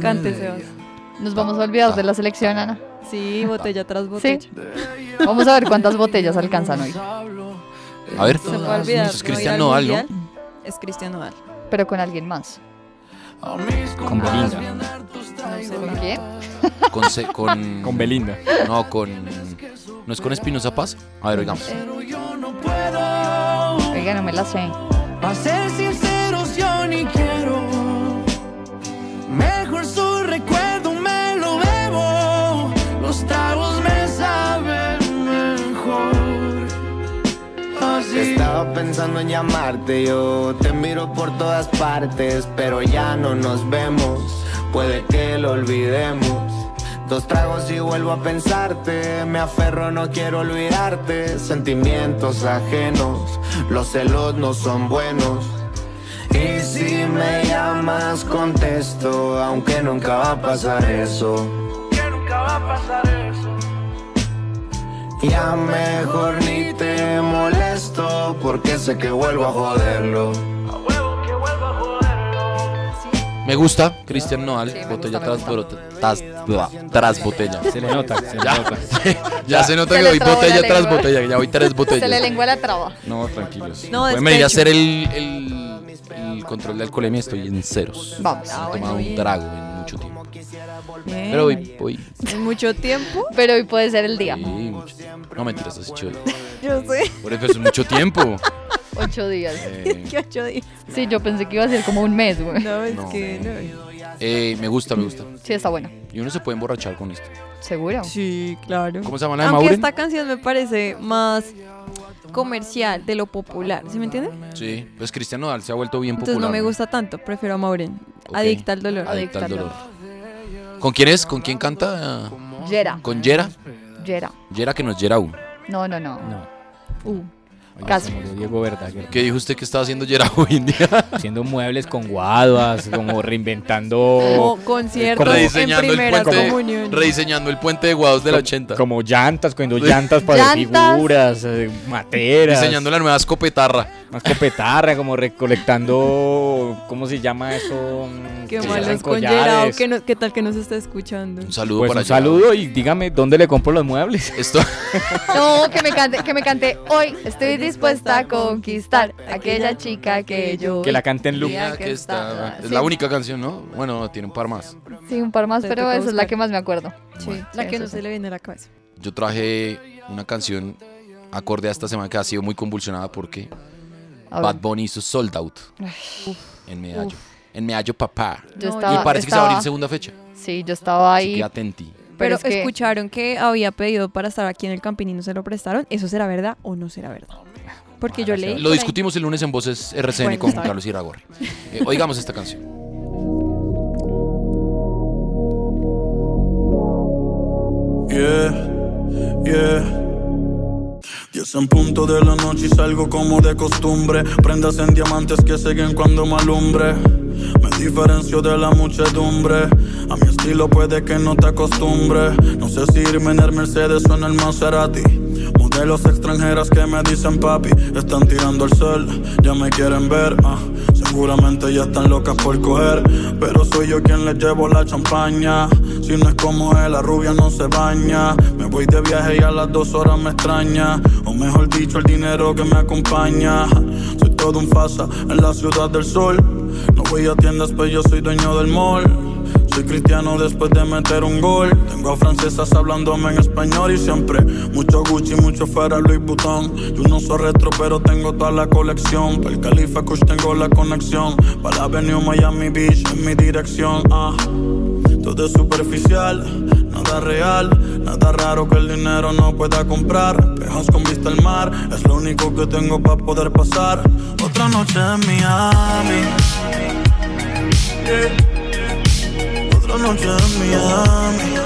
Speaker 4: Cante, Sebas.
Speaker 5: Nos vamos a olvidar de la selección, Ana.
Speaker 4: Sí, botella tras botella.
Speaker 5: Vamos a ver cuántas botellas alcanzan hoy.
Speaker 1: A ver.
Speaker 4: Se puede olvidar.
Speaker 1: Eso
Speaker 4: no
Speaker 1: es
Speaker 4: ir
Speaker 1: Pues Cristian
Speaker 4: al
Speaker 1: Nodal,
Speaker 4: mundial.
Speaker 1: ¿no?
Speaker 4: Es Cristian Nodal.
Speaker 5: Pero con alguien más.
Speaker 3: Con Belinda.
Speaker 5: ¿Con quién?
Speaker 1: Con, se- con,
Speaker 3: Con Belinda.
Speaker 1: No, con. ¿No es con Espinosa Paz? A ver, oigamos.
Speaker 5: Oiga, no me la sé.
Speaker 12: A ser sinceros yo ni quiero. Mejor su recuerdo me lo bebo. Los tragos me saben mejor.
Speaker 14: Estaba pensando en llamarte, yo te miro por todas partes, pero ya no nos vemos, puede que lo olvidemos. Dos tragos y vuelvo a pensarte, me aferro, no quiero olvidarte. Sentimientos ajenos, los celos no son buenos. Y si me llamas contesto, aunque nunca va a pasar eso. Ya mejor ni te molesto porque sé que vuelvo a joderlo.
Speaker 1: Me gusta, Cristian Noal, botella tras, botella, tras, bla, tras botella.
Speaker 3: Se le nota, se le
Speaker 1: ya,
Speaker 3: nota.
Speaker 1: ya, se nota
Speaker 5: Se
Speaker 1: que
Speaker 5: le
Speaker 1: voy
Speaker 5: trabó la
Speaker 1: botella tras
Speaker 5: lengua.
Speaker 1: botella, que ya voy tres
Speaker 5: Se le
Speaker 1: botellas.
Speaker 5: lengua la traba.
Speaker 1: No, tranquilos.
Speaker 4: No,
Speaker 1: Voy a medir a
Speaker 4: despecho.
Speaker 1: hacer el, el- el control de alcoholemia, estoy en ceros.
Speaker 5: Vamos. Ah, Eh,
Speaker 1: No he tomado un trago en mucho tiempo.
Speaker 4: Bien.
Speaker 1: Pero hoy, hoy
Speaker 4: En mucho tiempo.
Speaker 5: Pero hoy puede ser el día.
Speaker 1: sí, mucho tiempo. No mentiras, has hecho.
Speaker 4: Yo sé
Speaker 1: Por eso es mucho tiempo.
Speaker 5: Ocho días.
Speaker 1: Eh,
Speaker 4: que ocho días.
Speaker 5: Sí, yo pensé que iba a ser como un mes, güey.
Speaker 4: No, es que no.
Speaker 1: eh, me gusta, me gusta.
Speaker 5: Sí, está bueno.
Speaker 1: Y uno se puede emborrachar con esto.
Speaker 5: Seguro.
Speaker 4: Sí, claro.
Speaker 1: ¿Cómo se llama la de
Speaker 4: Aunque
Speaker 1: Mauren?
Speaker 4: esta canción me parece más comercial de lo popular, ¿sí me entiende?
Speaker 1: Sí, pues Cristian Nodal se ha vuelto bien
Speaker 4: Entonces
Speaker 1: popular.
Speaker 4: no me gusta tanto, prefiero a Maureen.
Speaker 1: Ok.
Speaker 4: Adicta al dolor.
Speaker 1: Adicta al dolor. ¿Con quién es? ¿Con quién canta?
Speaker 5: Yera.
Speaker 1: ¿Con Yera?
Speaker 5: Yera.
Speaker 1: Yera que no es Yera U.
Speaker 5: No, no, no.
Speaker 3: No.
Speaker 5: Uh.
Speaker 3: Oye,
Speaker 5: Casi.
Speaker 3: se murió Diego Verdaguer.
Speaker 1: ¿Qué dijo usted que estaba haciendo Yera hoy en día?
Speaker 3: Haciendo muebles con guaduas, como reinventando.
Speaker 4: Como conciertos en
Speaker 1: Rediseñando el,
Speaker 4: primera
Speaker 1: puente,
Speaker 4: comunión.
Speaker 1: rediseñando el puente de Guados del
Speaker 3: Como-
Speaker 1: 80.
Speaker 3: Como llantas, cogiendo llantas para hacer
Speaker 5: Llantas.
Speaker 3: figuras, eh, materas.
Speaker 1: Diseñando la nueva escopetarra.
Speaker 3: Más copetarra, como recolectando. ¿Cómo se llama eso?
Speaker 4: Qué
Speaker 3: Que
Speaker 4: malos
Speaker 3: hacen
Speaker 4: con
Speaker 3: collares.
Speaker 4: Gerao, que no- ¿qué tal que nos está escuchando?
Speaker 1: Un saludo
Speaker 3: Pues
Speaker 1: para
Speaker 3: un
Speaker 1: Yera.
Speaker 3: saludo y dígame dónde le compro los muebles.
Speaker 1: Esto,
Speaker 5: No, que me cante, que me cante. Hoy estoy dispuesta a conquistar a aquella chica que yo.
Speaker 3: Que la cante en loop.
Speaker 1: Mira que está-
Speaker 5: Sí.
Speaker 1: Es la única canción, ¿no? Bueno, tiene un par más.
Speaker 5: Sí, un par más,
Speaker 4: Te
Speaker 5: pero
Speaker 4: toca
Speaker 5: esa es la
Speaker 4: buscar.
Speaker 5: que más me acuerdo.
Speaker 4: Sí, la que
Speaker 5: Eso
Speaker 4: no
Speaker 5: sí.
Speaker 4: se le viene a la cabeza.
Speaker 1: Yo traje una canción acorde a esta semana que ha sido muy convulsionada porque
Speaker 5: A ver.
Speaker 1: Bad Bunny hizo Sold Out en Medallo. En Medallo, papá.
Speaker 5: Yo
Speaker 4: No,
Speaker 5: estaba,
Speaker 1: y parece que se va a
Speaker 5: estaba-
Speaker 1: abrir segunda fecha.
Speaker 5: Sí, yo estaba
Speaker 1: Así
Speaker 5: ahí.
Speaker 1: que atenti.
Speaker 4: Pero
Speaker 5: Pero es que-
Speaker 4: escucharon que había pedido para estar aquí en el Campín y no se lo prestaron. ¿Eso será verdad o no será verdad? Porque yo leí.
Speaker 1: Ah, Lo
Speaker 4: por ahí-
Speaker 1: discutimos el lunes en Voces RCN
Speaker 4: Bueno,
Speaker 1: con
Speaker 4: está bien.
Speaker 1: Carlos Iragorri. Eh, oigamos esta canción.
Speaker 15: Yeah, yeah. Diez en punto de la noche y salgo como de costumbre. Prendas en diamantes que siguen cuando me alumbre. Me diferencio de la muchedumbre. A mi estilo puede que no te acostumbres. No sé si irme en el Mercedes o en el Maserati. Modelos extranjeras que me dicen papi. Están tirando el sol, ya me quieren ver. ah. Seguramente ya están locas por coger. Pero soy yo quien les llevo la champaña. Si no es como él, la rubia no se baña. Me voy de viaje y a las dos horas me extraña. O mejor dicho, el dinero que me acompaña. Soy todo un fasa en la ciudad del sol. No voy a tiendas, pero yo soy dueño del mall. Soy cristiano después de meter un gol. Tengo a francesas hablándome en español y siempre mucho Gucci, mucho Ferrari, Louis Vuitton. Yo no soy retro, pero tengo toda la colección. Para el Califa Kush tengo la conexión. Para la Avenue Miami Beach en mi dirección. Ah, todo es superficial, nada real. Nada raro que el dinero no pueda comprar. Pejas con vista al mar, es lo único que tengo para poder pasar. Otra noche en Miami. Yeah. Otra noche en Miami.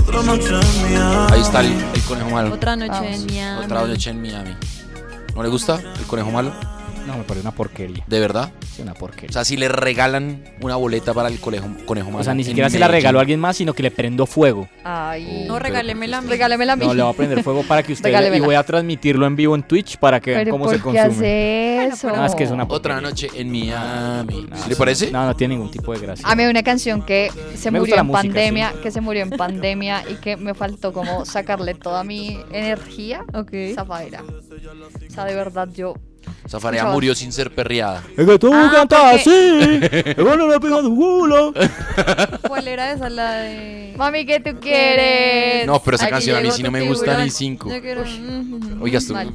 Speaker 15: Otra noche en Miami.
Speaker 1: Ahí está el, el conejo malo.
Speaker 4: Otra noche
Speaker 5: Ah,
Speaker 4: en Miami.
Speaker 1: Otra noche en Miami. ¿No le gusta el conejo malo?
Speaker 3: No, me parece una porquería.
Speaker 1: ¿De verdad?
Speaker 3: Sí, una porquería.
Speaker 1: O sea, si le regalan una boleta para el conejo, conejo malo.
Speaker 3: O sea, ni
Speaker 1: en
Speaker 3: siquiera se la
Speaker 1: Medellín.
Speaker 3: regaló a alguien más, sino que le prendo fuego.
Speaker 5: Ay.
Speaker 7: No, regálemela. a mí.
Speaker 5: Regálemela a mí.
Speaker 3: No, le voy a prender fuego para que usted. Y
Speaker 5: Regálemela.
Speaker 3: voy a transmitirlo en vivo en Twitch para que vean
Speaker 5: Pero
Speaker 3: cómo se
Speaker 5: ¿por
Speaker 3: consume.
Speaker 5: qué
Speaker 3: Ah,
Speaker 5: hace eso? Ah,
Speaker 3: No, es que es una
Speaker 1: Otra noche en Miami.
Speaker 3: porquería.
Speaker 1: ¿Le parece?
Speaker 3: Ah, No, no tiene ningún tipo de gracia.
Speaker 5: A mí hay una canción que se
Speaker 3: Me gusta
Speaker 5: murió
Speaker 3: la
Speaker 5: en
Speaker 3: música,
Speaker 5: pandemia, que se murió en pandemia y que me faltó como sacarle toda mi energía.
Speaker 4: Ok.
Speaker 5: Zafaira. O sea, de verdad yo.
Speaker 1: Zafarea
Speaker 5: Escuchaba-
Speaker 1: murió sin ser perreada.
Speaker 3: Es que tú
Speaker 5: Ah,
Speaker 3: cantas
Speaker 5: porque-
Speaker 3: así. Luego no le pegas un culo.
Speaker 4: ¿Cuál era esa? La de.
Speaker 5: Mami, ¿qué tú quieres?
Speaker 1: No, pero esa
Speaker 5: Aquí
Speaker 1: canción a mí
Speaker 5: llegó
Speaker 1: sí
Speaker 5: tu
Speaker 1: no me gusta
Speaker 5: tiburón.
Speaker 1: ni cinco.
Speaker 4: Yo quiero. Mm,
Speaker 1: Oigas tú.
Speaker 5: Mal.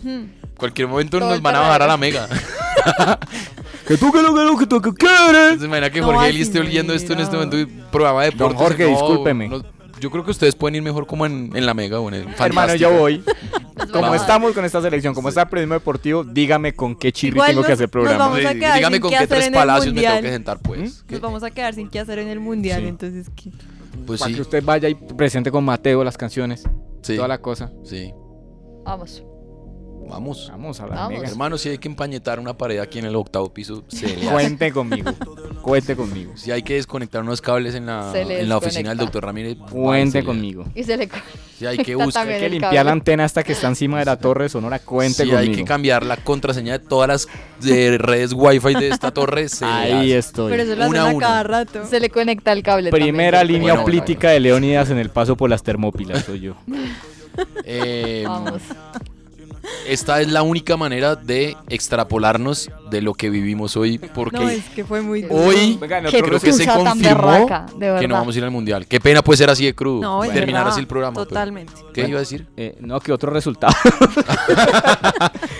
Speaker 1: Cualquier momento
Speaker 5: Todo
Speaker 1: nos
Speaker 5: el
Speaker 1: van a
Speaker 5: perreo.
Speaker 1: bajar a la mega.
Speaker 3: Que tú que lo que lo que tú que quieres.
Speaker 1: Se imagina que
Speaker 3: No,
Speaker 1: Jorge
Speaker 3: ay,
Speaker 1: Eli esté
Speaker 3: sí,
Speaker 1: oliendo esto en este momento. y Programa de
Speaker 3: Don
Speaker 1: deportes.
Speaker 3: Jorge,
Speaker 1: no,
Speaker 3: discúlpeme.
Speaker 1: no, yo creo que ustedes pueden ir mejor como en, en la mega o en el
Speaker 3: Hermano,
Speaker 1: Fantástica.
Speaker 3: yo voy. Como
Speaker 1: vamos.
Speaker 3: estamos con esta selección, como está el periodismo deportivo, dígame con qué chirri
Speaker 4: Igual
Speaker 3: tengo que
Speaker 4: nos-
Speaker 3: hacer
Speaker 4: nos
Speaker 3: programa. ¿Mm?
Speaker 4: vamos a
Speaker 1: Sí,
Speaker 4: quedar
Speaker 1: dígame
Speaker 4: sin
Speaker 1: con
Speaker 4: qué
Speaker 1: qué
Speaker 4: hacer
Speaker 1: tres
Speaker 4: en el
Speaker 1: palacios me tengo
Speaker 4: mundial.
Speaker 1: que sentar, pues.
Speaker 4: Nos vamos a quedar sin qué hacer en el mundial,
Speaker 3: Sí.
Speaker 4: entonces ¿qué?
Speaker 1: Pues
Speaker 3: Para
Speaker 1: sí,
Speaker 3: que usted vaya y presente con Mateo las canciones,
Speaker 1: Sí.
Speaker 3: toda la cosa.
Speaker 1: sí.
Speaker 5: Vamos.
Speaker 1: Vamos.
Speaker 3: Vamos a la
Speaker 5: Vamos.
Speaker 3: mega.
Speaker 1: Hermano, si hay que empañetar una pared aquí en el octavo piso, se le hace.
Speaker 3: Cuente conmigo. Cuente conmigo.
Speaker 1: Si hay que desconectar unos cables en la,
Speaker 5: Se le
Speaker 1: Ah, en la oficina del
Speaker 5: desconecta.
Speaker 1: doctor Ramírez,
Speaker 3: Cuente
Speaker 1: váyase.
Speaker 3: conmigo.
Speaker 5: Y se le.
Speaker 1: Si hay que
Speaker 5: Está
Speaker 1: buscar,
Speaker 5: también
Speaker 3: Hay que
Speaker 5: el
Speaker 3: limpiar la
Speaker 5: cable.
Speaker 3: antena hasta que está encima de la torre sonora. Cuente
Speaker 1: si hay que
Speaker 3: conmigo.
Speaker 1: cambiar la contraseña de todas las eh, redes wifi de esta torre, se le
Speaker 3: Ahí
Speaker 1: hace.
Speaker 3: estoy.
Speaker 4: Pero eso lo hacen
Speaker 1: Una a
Speaker 4: a
Speaker 1: una.
Speaker 4: cada rato.
Speaker 5: Se le conecta el cable.
Speaker 3: Primera
Speaker 5: también.
Speaker 3: línea
Speaker 1: Bueno, bueno,
Speaker 3: oplítica de Leónidas en el paso por las termópilas, soy yo.
Speaker 1: Eh,
Speaker 5: Vamos.
Speaker 1: Esta es la única manera de extrapolarnos de no que vivimos hoy, porque
Speaker 4: No, es que fue muy duro.
Speaker 1: hoy
Speaker 3: Venga,
Speaker 5: Qué
Speaker 1: creo que se
Speaker 5: excusa tan
Speaker 1: confirmó
Speaker 5: berraca, de verdad.
Speaker 1: que no vamos a ir al mundial. Qué pena pues ser así de crudo,
Speaker 4: No, es
Speaker 1: terminar
Speaker 4: verdad,
Speaker 1: así el programa. pues. pero-
Speaker 4: Totalmente.
Speaker 1: ¿Qué iba a decir?
Speaker 3: Eh, no, que otro resultado.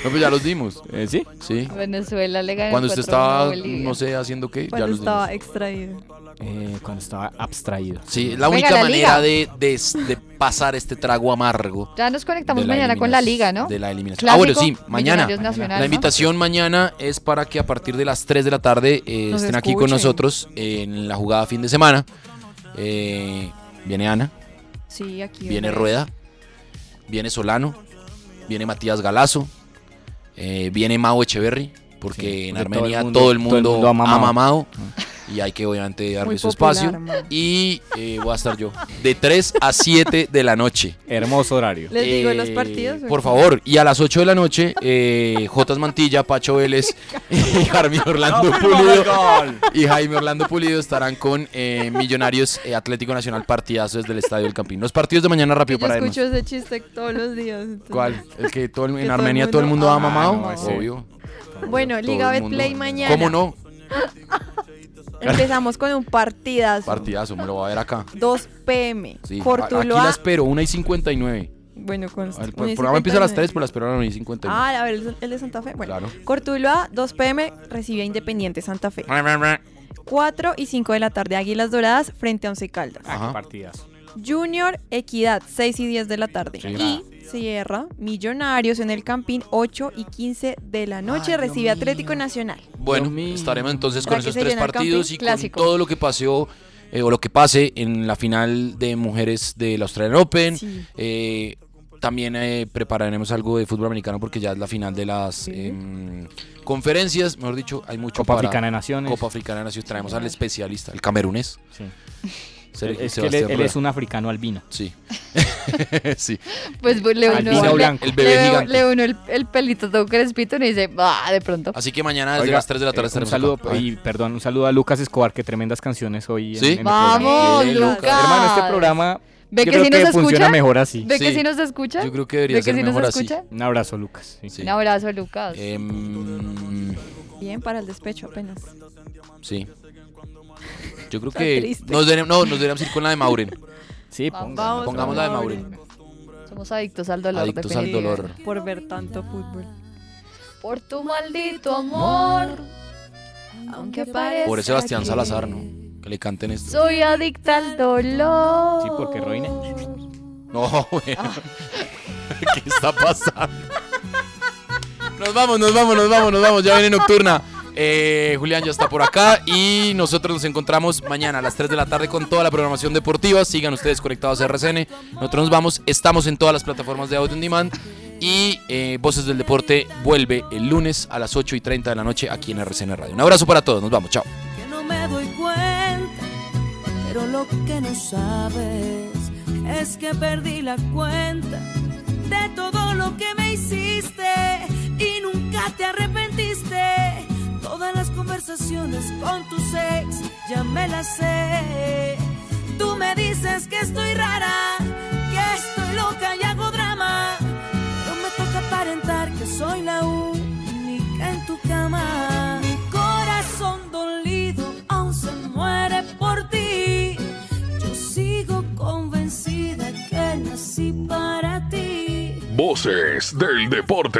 Speaker 1: No, pues ya los dimos.
Speaker 3: Eh, ¿Sí?
Speaker 1: Sí.
Speaker 5: Venezuela le ganó.
Speaker 1: Cuando usted
Speaker 5: 4-1 a
Speaker 1: estaba,
Speaker 5: Bolivia.
Speaker 1: no sé, haciendo qué, ya
Speaker 4: Cuando
Speaker 1: los
Speaker 4: estaba
Speaker 1: dimos.
Speaker 4: extraído.
Speaker 3: Eh, cuando estaba abstraído.
Speaker 1: Sí, la
Speaker 5: Venga,
Speaker 1: única
Speaker 5: la
Speaker 1: manera
Speaker 5: liga.
Speaker 1: de, de- de pasar este trago amargo.
Speaker 5: Ya nos conectamos
Speaker 1: de la
Speaker 5: mañana con la
Speaker 1: elimina-
Speaker 5: liga, ¿no?
Speaker 1: De la eliminación.
Speaker 5: Clásico,
Speaker 1: ah, bueno, sí, mañana.
Speaker 5: Millonarios Nacional,
Speaker 1: la
Speaker 5: ¿no?
Speaker 1: invitación mañana es para que a partir de las 3 de la tarde eh,
Speaker 4: Nos
Speaker 1: estén aquí con
Speaker 4: escuchen.
Speaker 1: nosotros en la jugada fin de semana. Eh, viene Ana,
Speaker 4: Sí, aquí.
Speaker 1: viene
Speaker 4: hombre.
Speaker 1: Rueda, viene Solano, viene Matías Galazo, eh, viene Mao Echeverry, porque
Speaker 3: Sí, porque todo
Speaker 1: en
Speaker 3: el
Speaker 1: Armenia
Speaker 3: mundo-
Speaker 1: todo el
Speaker 3: todo
Speaker 1: mundo,
Speaker 3: el mundo ama a
Speaker 1: ama a
Speaker 3: Mao.
Speaker 1: Mao. Y hay que obviamente darle
Speaker 4: Muy
Speaker 1: su
Speaker 4: popular,
Speaker 1: espacio.
Speaker 4: man.
Speaker 1: Y eh, voy a estar yo. De 3 a 7 de la noche.
Speaker 3: Hermoso horario.
Speaker 4: Les digo
Speaker 1: Eh,
Speaker 4: los partidos. ¿o
Speaker 1: Por
Speaker 4: qué?
Speaker 1: favor, y a las 8 de la noche, eh, Jotas Mantilla, Pacho Vélez y Jaime Orlando Pulido. Y Jaime Orlando Pulido estarán con eh, Millonarios eh, Atlético Nacional Partidazo desde el Estadio del Campín. Los partidos de mañana rápido
Speaker 4: Yo
Speaker 1: para irnos.
Speaker 4: escucho ese chiste todos los días. entonces-
Speaker 1: ¿Cuál? El que todo el-
Speaker 4: Que todo
Speaker 1: en
Speaker 4: el
Speaker 1: Armenia todo el mundo
Speaker 4: mundo
Speaker 1: ama a
Speaker 4: ama Ah,
Speaker 1: Mao,
Speaker 3: a Mao, sí.
Speaker 1: obvio.
Speaker 4: Bueno,
Speaker 1: Todo
Speaker 4: Liga
Speaker 1: el mundo.
Speaker 4: Betplay mañana.
Speaker 1: ¿Cómo no?
Speaker 4: Empezamos con un partidazo.
Speaker 1: Partidazo, me lo va a ver acá.
Speaker 4: 2 pm.
Speaker 1: Sí, aquí
Speaker 4: Cortuloa.
Speaker 1: la espero, 1 y 59.
Speaker 4: Bueno, con
Speaker 1: El programa empieza a las 3, pero la espero a las 1 y 59.
Speaker 4: Ah, a ver, el- el de Santa Fe. Bueno,
Speaker 1: Claro. Ah.
Speaker 4: Cortuloa, 2 pm, recibió a Independiente Santa Fe. 4 y 5 de la tarde, Águilas Doradas frente a Once Caldas.
Speaker 3: Ah,
Speaker 1: Ajá.
Speaker 3: qué partidas.
Speaker 4: Junior Equidad, 6 y 10 de la tarde.
Speaker 3: Sí.
Speaker 1: Ah.
Speaker 4: y cierra Millonarios en el Campín, 8 y 15 de la noche,
Speaker 3: Ay, Dios
Speaker 4: recibe Atlético
Speaker 3: mío.
Speaker 4: Nacional.
Speaker 1: Bueno,
Speaker 3: Dios mío.
Speaker 1: estaremos entonces con
Speaker 4: ¿Para qué
Speaker 1: esos
Speaker 4: se
Speaker 1: tres
Speaker 4: llena el
Speaker 1: partidos
Speaker 4: camping?
Speaker 1: y
Speaker 5: Clásico.
Speaker 1: con todo lo que pasó eh, o lo que pase en la final de mujeres de la Australian Open.
Speaker 4: Sí.
Speaker 1: Eh, También eh, prepararemos algo de fútbol americano porque ya es la final de las em, conferencias. Mejor dicho, hay mucho
Speaker 3: Copa
Speaker 1: para-
Speaker 3: Africana de Naciones.
Speaker 1: Copa Africana de Naciones. Traemos al especialista, el camerunés.
Speaker 3: Sí.
Speaker 1: Sergio
Speaker 3: Es que él,
Speaker 1: Sebastián
Speaker 3: él
Speaker 1: Rueda.
Speaker 3: es un africano albino.
Speaker 1: Sí. sí.
Speaker 5: Pues pues, le
Speaker 3: Albino
Speaker 5: uno le-
Speaker 3: blanco.
Speaker 1: El bebé
Speaker 5: le-
Speaker 1: gigante.
Speaker 5: le uno el, el pelito todo crespito y le dice, bah, de pronto.
Speaker 1: Así que mañana desde
Speaker 3: Oiga,
Speaker 1: las 3 de la tarde
Speaker 3: eh, un
Speaker 1: estaremos
Speaker 3: saludo
Speaker 1: acá.
Speaker 3: y perdón, un saludo a Lucas Escobar, que tremendas canciones hoy. en-
Speaker 1: ¿Sí?
Speaker 3: en el programa.
Speaker 5: Vamos,
Speaker 3: Bien,
Speaker 5: Lucas.
Speaker 3: Hermano, este programa
Speaker 5: ¿Ve
Speaker 3: yo
Speaker 5: que
Speaker 3: creo
Speaker 5: si nos
Speaker 3: que funciona
Speaker 5: escucha?
Speaker 3: mejor así.
Speaker 5: ¿Ve que si nos escucha?
Speaker 1: Yo creo que debería
Speaker 5: ¿Ve
Speaker 1: ser
Speaker 5: que si nos
Speaker 1: mejor así.
Speaker 5: escucha?
Speaker 3: Un abrazo, Lucas. sí.
Speaker 5: Un abrazo, Lucas.
Speaker 1: Em,
Speaker 4: Bien, para el despecho apenas.
Speaker 1: sí. Yo creo
Speaker 4: Está
Speaker 1: que
Speaker 4: triste.
Speaker 1: nos dere- no, nos deberíamos ir con la de Mauren.
Speaker 3: Sí,
Speaker 5: Vamos
Speaker 1: pongamos
Speaker 5: con
Speaker 1: la de
Speaker 5: Mauren.
Speaker 1: Mauren.
Speaker 5: Somos adictos al dolor.
Speaker 1: Adictos al
Speaker 5: definitivamente.
Speaker 1: dolor.
Speaker 4: Por ver tanto fútbol.
Speaker 5: Por tu maldito amor, aunque parezca
Speaker 1: Pobre Sebastián
Speaker 5: que
Speaker 1: Salazar, ¿no? Que le canten esto.
Speaker 5: Soy adicta al dolor. Ah.
Speaker 1: Sí, porque Roine. No, bueno. ¿Qué está pasando? Nos vamos, nos vamos, nos vamos, nos vamos. Ya viene Nocturna. Eh, Julián ya está por acá y nosotros nos encontramos mañana a las 3 de la tarde con toda la programación deportiva. Sigan ustedes conectados a RCN. Nosotros nos vamos, estamos en todas las plataformas de audio on demand y eh, Voces del Deporte vuelve el lunes a las 8 y 30 de la noche aquí en RCN Radio. Un abrazo para todos, nos vamos, chao.
Speaker 13: que no me doy cuenta, pero lo que no sabes es que perdí la cuenta de todo lo que me hiciste y nunca te arrepentiste. Todas las conversaciones con tus ex ya me las sé. Tú me dices que estoy rara, que estoy loca y hago drama, pero me toca aparentar que soy la única única en tu cama. Mi corazón dolido aún se muere por ti. Yo sigo convencida que nací para ti.
Speaker 11: Voces del Deporte.